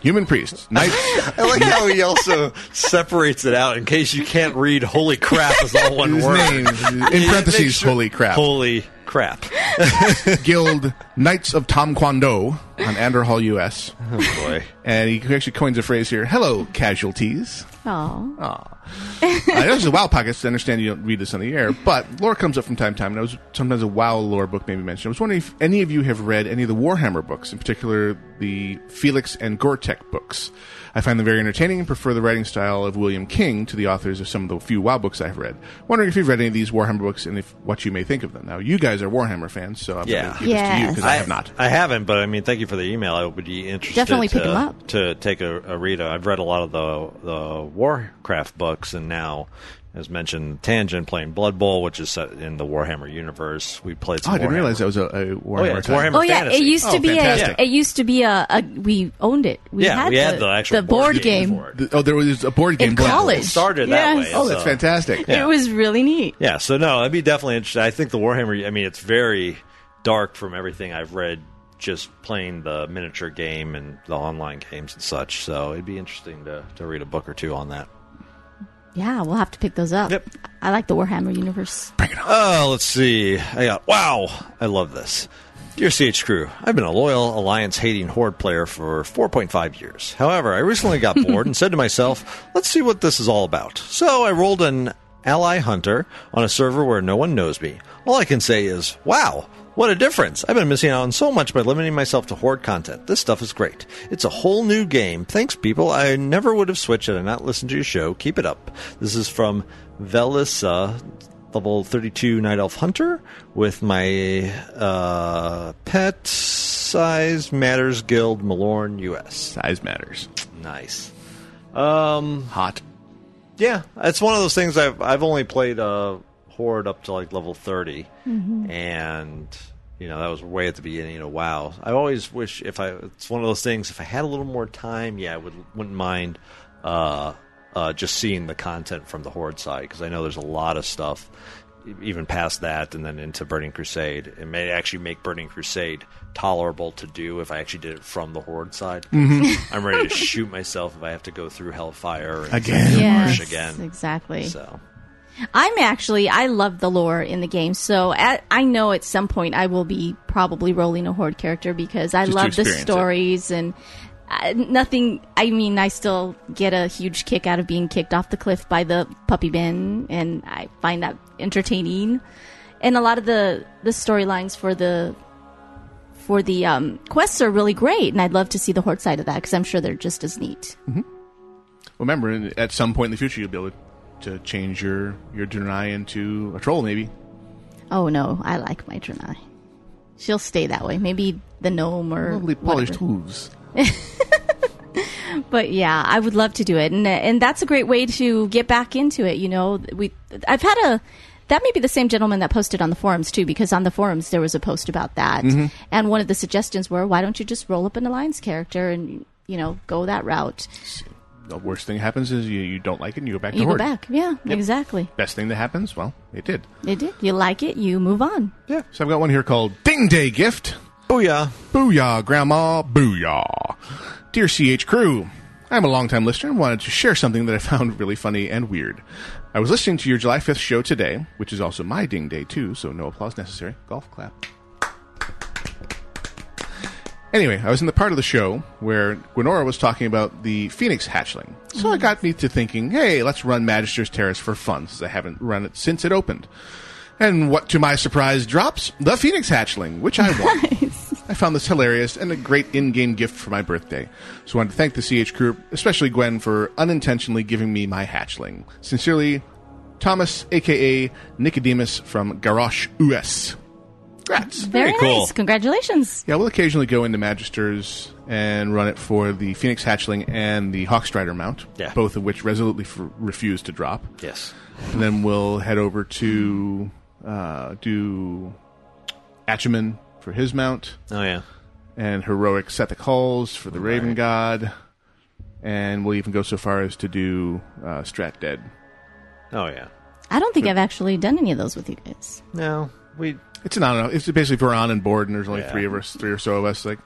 Human priest. Knights.
I like how he also separates it out in case you can't read. Holy crap is all one
His
word.
name in parentheses. Holy crap!
Holy crap!
Guild Knights of Tom Kwando on Anderhall, U.S.
Oh boy!
And he actually coins a phrase here. Hello, casualties.
Oh.
I know this is WoW Pockets. I understand you don't read this on the air, but lore comes up from time to time, and I was sometimes a WoW lore book may be mentioned. I was wondering if any of you have read any of the Warhammer books, in particular the Felix and Gortek books. I find them very entertaining and prefer the writing style of William King to the authors of some of the few WoW books I've read. Wondering if you've read any of these Warhammer books and if what you may think of them. Now, you guys are Warhammer fans, so I'm going
Yeah,
to give this to you because I, have not. Oh,
I haven't, but I mean, thank you for the email. I would be interested.
Definitely
to,
pick 'em up.
to take a, a read. I've read a lot of the the Warcraft books, and now as mentioned, Tangent playing Blood Bowl, which is set in the Warhammer universe. We played.
Oh,
Some
I didn't
Warhammer.
realize that was a, a Warhammer.
Oh, yeah, it's
title.
Warhammer
Oh yeah, it used to be
fantastic.
a. It used to be a, a. We owned it. We
Yeah,
had
we had
the,
the actual
board,
board
game.
The- oh, there was a board game
In
Blood Bowl.
college. It started that Yes. way,
Oh, that's
so-
fantastic.
Yeah.
It was really neat.
Yeah, so no, I'd be definitely interested. I think the Warhammer. I mean, it's very dark from everything I've read, just playing the miniature game and the online games and such. So it'd be interesting to to read a book or two on that.
Yeah, we'll have to pick those up. I like the Warhammer universe.
Oh, let's see. I got wow. I love this. Dear CH Crew, I've been a loyal Alliance hating Horde player for 4.5 years. However, I recently got bored and said to myself, let's see what this is all about. So I rolled an ally hunter on a server where no one knows me. All I can say is, wow, what a difference. I've been missing out on so much by limiting myself to Horde content. This stuff is great. It's a whole new game. Thanks, people. I never would have switched had I not listened to your show. Keep it up. This is from Velissa level 32 night elf hunter with my uh, pet size matters guild malorn us
size matters
nice um
hot
yeah it's one of those things i've i've only played uh horde up to like level 30
Mhm.
and you know that was way at the beginning of wow i always wish if i it's one of those things if i had a little more time yeah i would wouldn't mind uh uh, just seeing the content from the Horde side, because I know there's a lot of stuff e, even past that and then into Burning Crusade. It may actually make Burning Crusade tolerable to do if I actually did it from the Horde side.
Mhm.
I'm ready to shoot myself if I have to go through Hellfire and
Again.
Marsh
Yes,
again.
exactly.
So
I'm actually I love the lore in the game, so at, I know at some point I will be probably rolling a horde character because I
Just to
love the
experience it.
stories and uh, nothing. I mean, I still get a huge kick out of being kicked off the cliff by the puppy bin, and I find that entertaining. And a lot of the the storylines for the for the um, quests are really great, and I'd love to see the horde side of that because I'm sure they're just as neat.
Remember, in- at some point in the future, you'll be able to change your your Draenei into a troll, maybe.
Oh no, I like my Draenei. She'll stay that way. Maybe the gnome or
Lovely polished
whatever.
hooves.
But yeah, I would love to do it, and and that's a great way to get back into it. You know, we I've had a that may be the same gentleman that posted on the forums too, because on the forums there was a post about that,
Mm-hmm.
Mhm.
and one of the suggestions were, why don't you just roll up an alliance character and you know go that route?
The worst thing happens is you, you don't like it and you go back
you
to
go
Horde.
back, yeah,
Yep.
exactly.
Best thing that happens, well, it did.
It did. You like it, you move on.
Yeah. So I've got one here called Ding Day Gift.
Booyah.
Booyah, Grandma. Booyah. Dear CH Crew, I'm a longtime listener and wanted to share something that I found really funny and weird. I was listening to your July 5th show today, which is also my Ding Day too, so no applause necessary. Golf clap. Anyway, I was in the part of the show where Gwenora was talking about the Phoenix hatchling. So it got me to thinking, hey, let's run Magister's Terrace for fun, since I haven't run it since it opened. And what to my surprise drops? The Phoenix hatchling, which I won. I found this hilarious and a great in game gift for my birthday. So I wanted to thank the CH Group, especially Gwen, for unintentionally giving me my hatchling. Sincerely, Thomas, aka Nicodemus from Garrosh US. Congrats.
Very,
Very cool.
nice. Congratulations.
Yeah, we'll occasionally go into Magisters and run it for the Phoenix Hatchling and the Hawkstrider mount,
Yeah.
both of which resolutely f- refuse to drop.
Yes.
And then we'll head over to uh, do Acheman for his mount.
Oh, yeah.
And heroic Sethic Hulls for the Raven God. And we'll even go so far as to do uh, Strat Dead.
Oh, yeah.
I don't think I've actually done any of those with you guys.
No, we.
It's an on and off. It's basically if we're on and board, and there's only
Yeah.
three of us, three or so of us. Like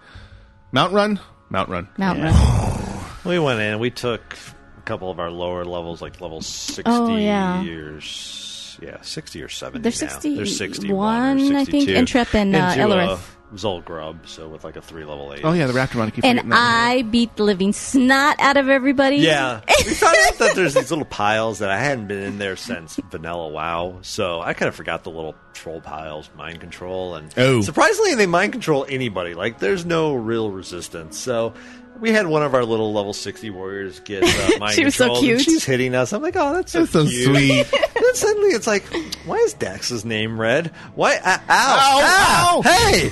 Mount Run, Mount Run,
Mount
Yeah. we went in. We took a couple of our lower levels, like level sixty
Oh, yeah.
years. Yeah, sixty or seventy.
There's
now.
60
There's sixty-one.
one,
or
I think,
62.
Intrep and, uh,
Into
Ellerith.
a Zolgrub, so with like a three level eight.
Oh yeah, the Raptor Monkey.
and I beat the living snot out of everybody.
Yeah, we found out that there's these little piles that I hadn't been in there since Vanilla WoW, so I kind of forgot the little troll piles, mind control, and
Oh.
surprisingly they mind control anybody. Like there's no real resistance. So we had one of our little level sixty warriors get uh, mind
She was so
control. and
cute.
She's hitting us. I'm like, oh, that's so,
That's so
cute.
sweet.
then suddenly it's like, why is Dax's name red? Why? Uh, ow, ow! Hey!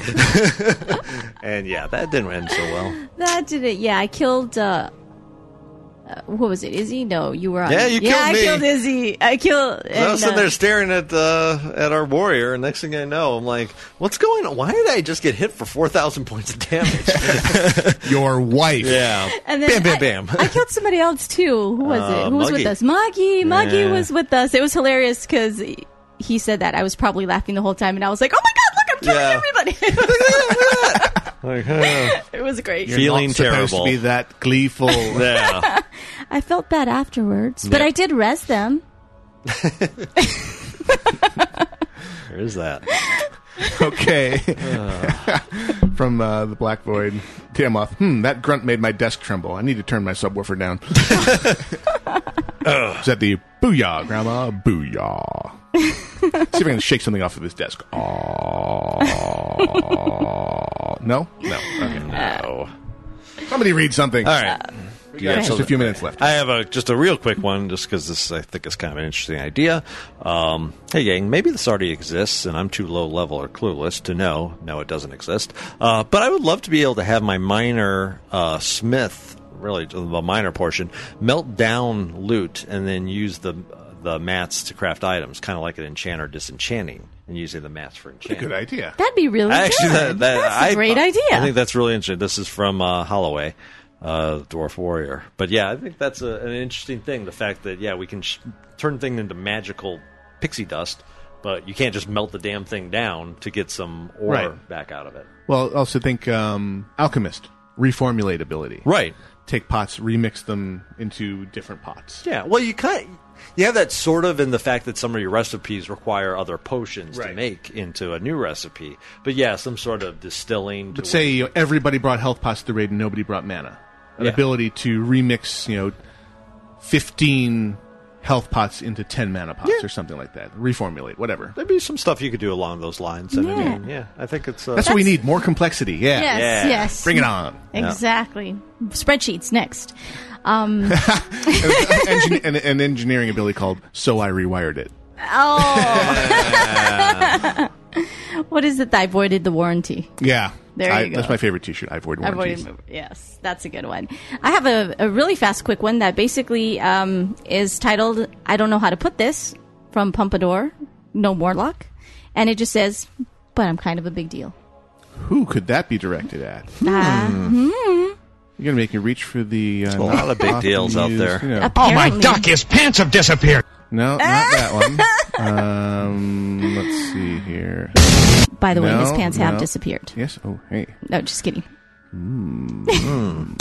and yeah, that didn't end so well.
That did it. Yeah, I killed uh, uh, what was it? Izzy? No, you were on.
Yeah, you killed
I
me.
killed Izzy. I killed.
I was
and,
sitting
uh,
there staring at uh, at our warrior, and next thing I know, I'm like, "What's going on? Why did I just get hit for four thousand points of damage?"
Your wife.
Yeah.
And then
bam, bam, bam.
I killed somebody else too. Who was
Uh,
it? Who was
Muggy.
with us? Muggy. Muggy
Yeah.
was with us. It was hilarious because he said that. I was probably laughing the whole time, and I was like, "Oh my god, look, I'm killing
Yeah.
everybody!"
Like, huh.
it was great.
You're
Feeling
not supposed
terrible.
to be that gleeful.
yeah.
I felt bad afterwards, but
Yeah.
I did res them.
There is that.
Okay. From uh, the Black Void. Tiamoth. Hmm, that grunt made my desk tremble. I need to turn my subwoofer down. Is that the booyah, Grandma? Booyah. See if I can shake something off of his desk. Oh. no? No. Okay.
Uh,
No. Somebody read something.
All right.
We
Yeah,
got just
so-
a few minutes left.
I have a just a real quick one, just because this I think is kind of an interesting idea. Um, hey, gang, maybe this already exists, and I'm too low level or clueless to know. No, it doesn't exist. Uh, but I would love to be able to have my minor uh, smith, really the minor portion, melt down loot, and then use the the mats to craft items, kind of like an enchanter disenchanting, and using the mats for enchanting.
Good idea.
That'd be really
Actually,
good.
that, that,
That's a
I-
great idea.
I think that's really interesting. This is from uh, Holloway, uh, Dwarf Warrior. But yeah, I think that's a, an interesting thing. The fact that yeah, we can sh- turn things into magical pixie dust, but you can't just melt the damn thing down to get some ore
Right.
back out of it.
Well, also think um, alchemist reformulate ability.
Right.
Take pots, remix them into different pots.
Yeah. Well, you kind you have that sort of in the fact that some of your recipes require other potions to
Right.
make into a new recipe. But yeah, some sort of distilling.
But
to
say you know, everybody brought health pots to the raid and nobody brought mana. An
Yeah.
ability to remix, you know, fifteen health pots into ten mana pots or something like that. Reformulate, whatever.
There'd be some stuff you could do along those lines. And I
Yeah.
mean, yeah, I think it's. Uh,
That's, what we need. More complexity. Yeah.
Yes, Yeah. yes.
Bring it on.
Exactly. Spreadsheets next. Um,
Engin- an, an engineering ability called So I Rewired It.
oh. what is it that I voided the warranty?
Yeah.
There you
I-
go.
That's my favorite t shirt. I avoid
I
warranties.
voided- yes, that's a good one. I have a, a really fast, quick one that basically um, is titled I Don't Know How to Put This from Pompadour, No Morlock. And it just says, but I'm kind of a big deal.
Who could that be directed at?
Ah, hmm.
You're gonna make me reach for the uh,
a lot of big
not
deals out
used,
there.
you know.
Oh, my Apparently. duck,
his pants have disappeared.
No, not that one. Um, let's see here.
By the way,
No,
his pants have
no.
disappeared.
Yes. Oh, hey.
No, just kidding.
Mm.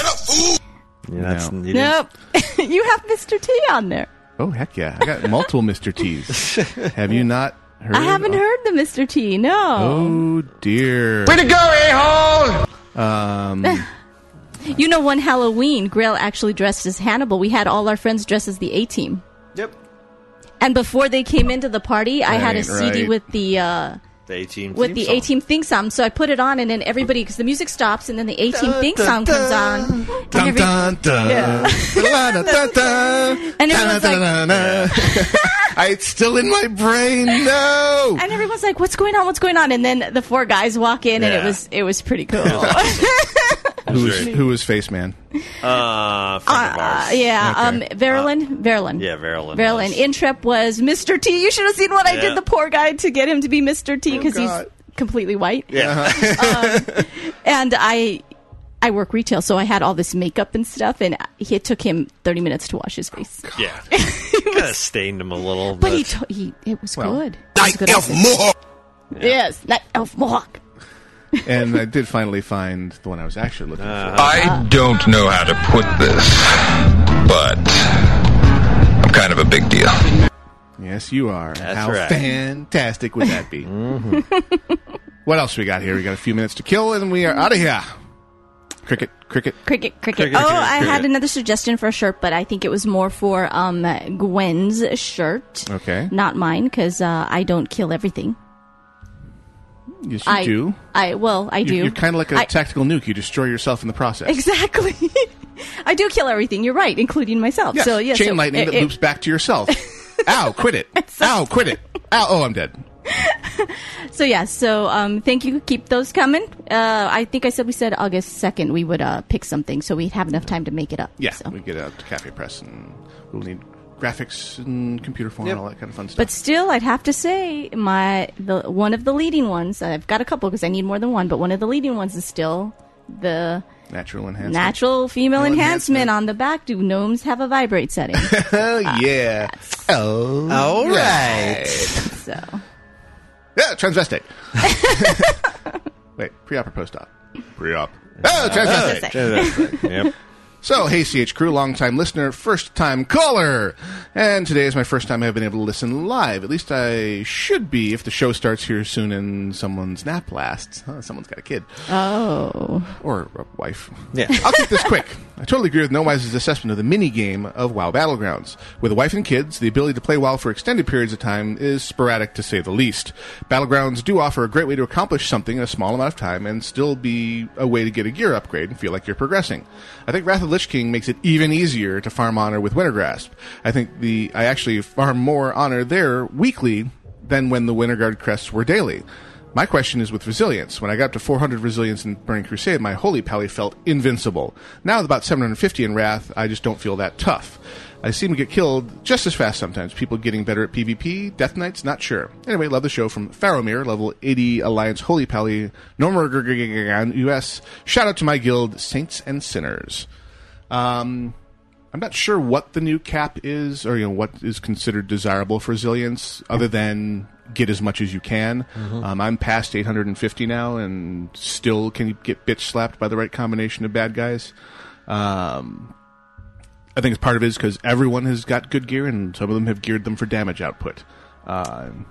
Yeah, that's,
No.
you didn't
Nope. you have Mr. T on there.
Oh heck yeah! I got multiple Mr. T's. Have you not heard?
I haven't heard the Mr. T. No.
Oh dear.
Way to go, a-hole!
Um,
You know, one Halloween, Grail actually dressed as Hannibal. We had all our friends dressed as the A Team.
Yep.
And before they came into the party, I
That
had a
ain't
CD
right.
with the uh,
The A team.
with the A Team theme song. So I put it on, and then everybody, because the music stops, and then the A Team
Dun,
theme
dun,
song comes on, and,
dun,
every-
dun, dun.
Yeah.
Dun, dun, dun.
And everyone's
Dun, dun, dun, dun. I- It's still in my brain. No.
and everyone's like, "What's going on? What's going on?" And then the four guys walk in, and it
Yeah.
was it was pretty cool.
Who was who was Face Man?
Uh, friend of
Uh,
ours.
yeah, um, Verilyn, Verilyn.
Yeah, Verilyn.
Verilyn. Intrep was Mr. T. You should have seen what I
Yeah.
did the poor guy to get him to be Mr. T because
God.
he's completely white. Um,
Yeah.
And I I work retail, so I had all this makeup and stuff, and he, it took him 30 minutes to wash his face.
yeah. kind of stained him a little.
But he, to- he it was
Well.
good. It was a good outfit. Yes, Night Elf Mohawk.
And I did finally find the one I was actually looking
Ah.
for.
I don't know how to put this, but I'm kind of a big deal.
Yes, you are.
That's
How
right.
fantastic would that be? Mm-hmm. What else we got here? We got a few minutes to kill, and we are out of here. Cricket, cricket.
Cricket, cricket.
Cricket,
oh,
cricket,
I had
cricket.
another suggestion for a shirt, but I think it was more for um, Gwen's shirt,
Okay.
not mine, because uh, I don't kill everything.
Yes, you
I
do.
I well, I do.
You, are kind of like a
I-
tactical nuke. You destroy yourself in the process.
Exactly. I do kill everything. You're right, including myself.
Yes.
So eh, yes,
chain
so
lightning
it-
that
it-
loops back to yourself. Ow! Quit it. Ow! Quit it. Ow! Oh, I'm dead.
so yeah, so um, thank you. Keep those coming. Uh, I think I said we said August second we would uh, pick something, so we'd have enough time to make it up.
Yeah,
So.
we get out to Cafe Press, and we'll need graphics and computer form
Yep.
and all that kind of fun stuff.
But still, I'd have to say my the one of the leading ones. I've got a couple because I need more than one, but one of the leading ones is still the
Natural enhancement.
natural female
Female
enhancement, on the back. Do gnomes have a vibrate setting?
Oh yeah. Oh.
All right.
So. Yeah, transvestite. Wait, pre-op or post-op? Pre-op. Oh, transvestite.
Transvestite. Yep.
So, hey, CH crew, long-time listener, first-time caller, and today is my first time I've been able to listen live. At least I should be if the show starts here soon and someone's nap lasts. Huh, someone's got a kid.
Oh.
Or a wife.
Yeah.
I'll keep this quick. I totally agree with Nowise's assessment of the mini game of WoW Battlegrounds. With a wife and kids, the ability to play WoW for extended periods of time is sporadic to say the least. Battlegrounds do offer a great way to accomplish something in a small amount of time and still be a way to get a gear upgrade and feel like you're progressing. I think Wrath of the Lich King makes it even easier to farm honor with Wintergrasp. I think the I actually farm more honor there weekly than when the Winterguard crests were daily. My question is with resilience. When I got up to 400 resilience in Burning Crusade, my holy pally felt invincible. Now with about 750 in Wrath, I just don't feel that tough. I seem to get killed just as fast sometimes. People getting better at PvP, Death Knights, not sure. Anyway, love the show from Faramir, level 80 Alliance Holy Pally, Norma US. Shout out to my guild, Saints and Sinners. Um, I'm not sure what the new cap is, or you know what is considered desirable for resilience, other than get as much as you can.
Mm-hmm.
Um, I'm past 850 now, and still can get bitch slapped by the right combination of bad guys. Um, I think it's part of it is because everyone has got good gear, and some of them have geared them for damage output. Um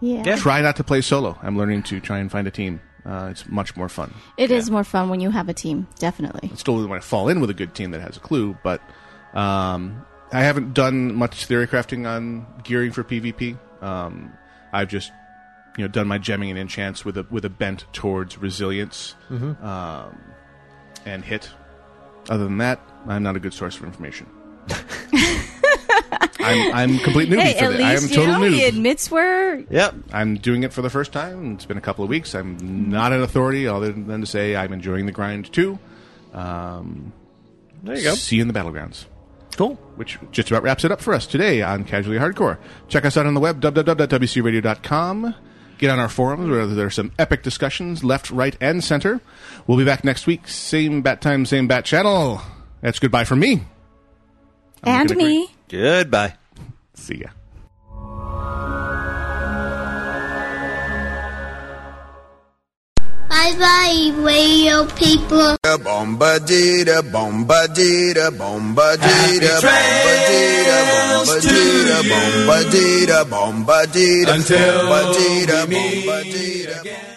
Yeah.
Try not to play solo. I'm learning to try and find a team. Uh, it's much more fun.
It is more fun when you have a team, definitely.
I still want to fall in with a good team that has a clue, but um, I haven't done much theory crafting on gearing for PvP. Um, I've just you know done my gemming and enchants with a with a bent towards resilience
Mhm.
um, and hit. Other than that, I'm not a good source of information. I'm, I'm complete newbie
hey,
for
at
this.
least
I am
you
total
know
noob.
he admits we're
Yep.
I'm doing it for the first time. It's been a couple of weeks. I'm not an authority other than to say I'm enjoying the grind too. Um,
There you go.
See you in the battlegrounds.
Cool.
Which just about wraps it up for us today on Casually Hardcore. Check us out on the web, www.wcradio.com. Get on our forums where there are some epic discussions, left, right, and center. We'll be back next week, same bat time, same bat channel. That's goodbye from me.
and
looking at
me.
Goodbye.
See ya.
Bye bye, radio people.
Bombadita, bombadita, bombadita, bombadita, bombadita, bombadita, bombadita, bombadita, bombadita, bombadita.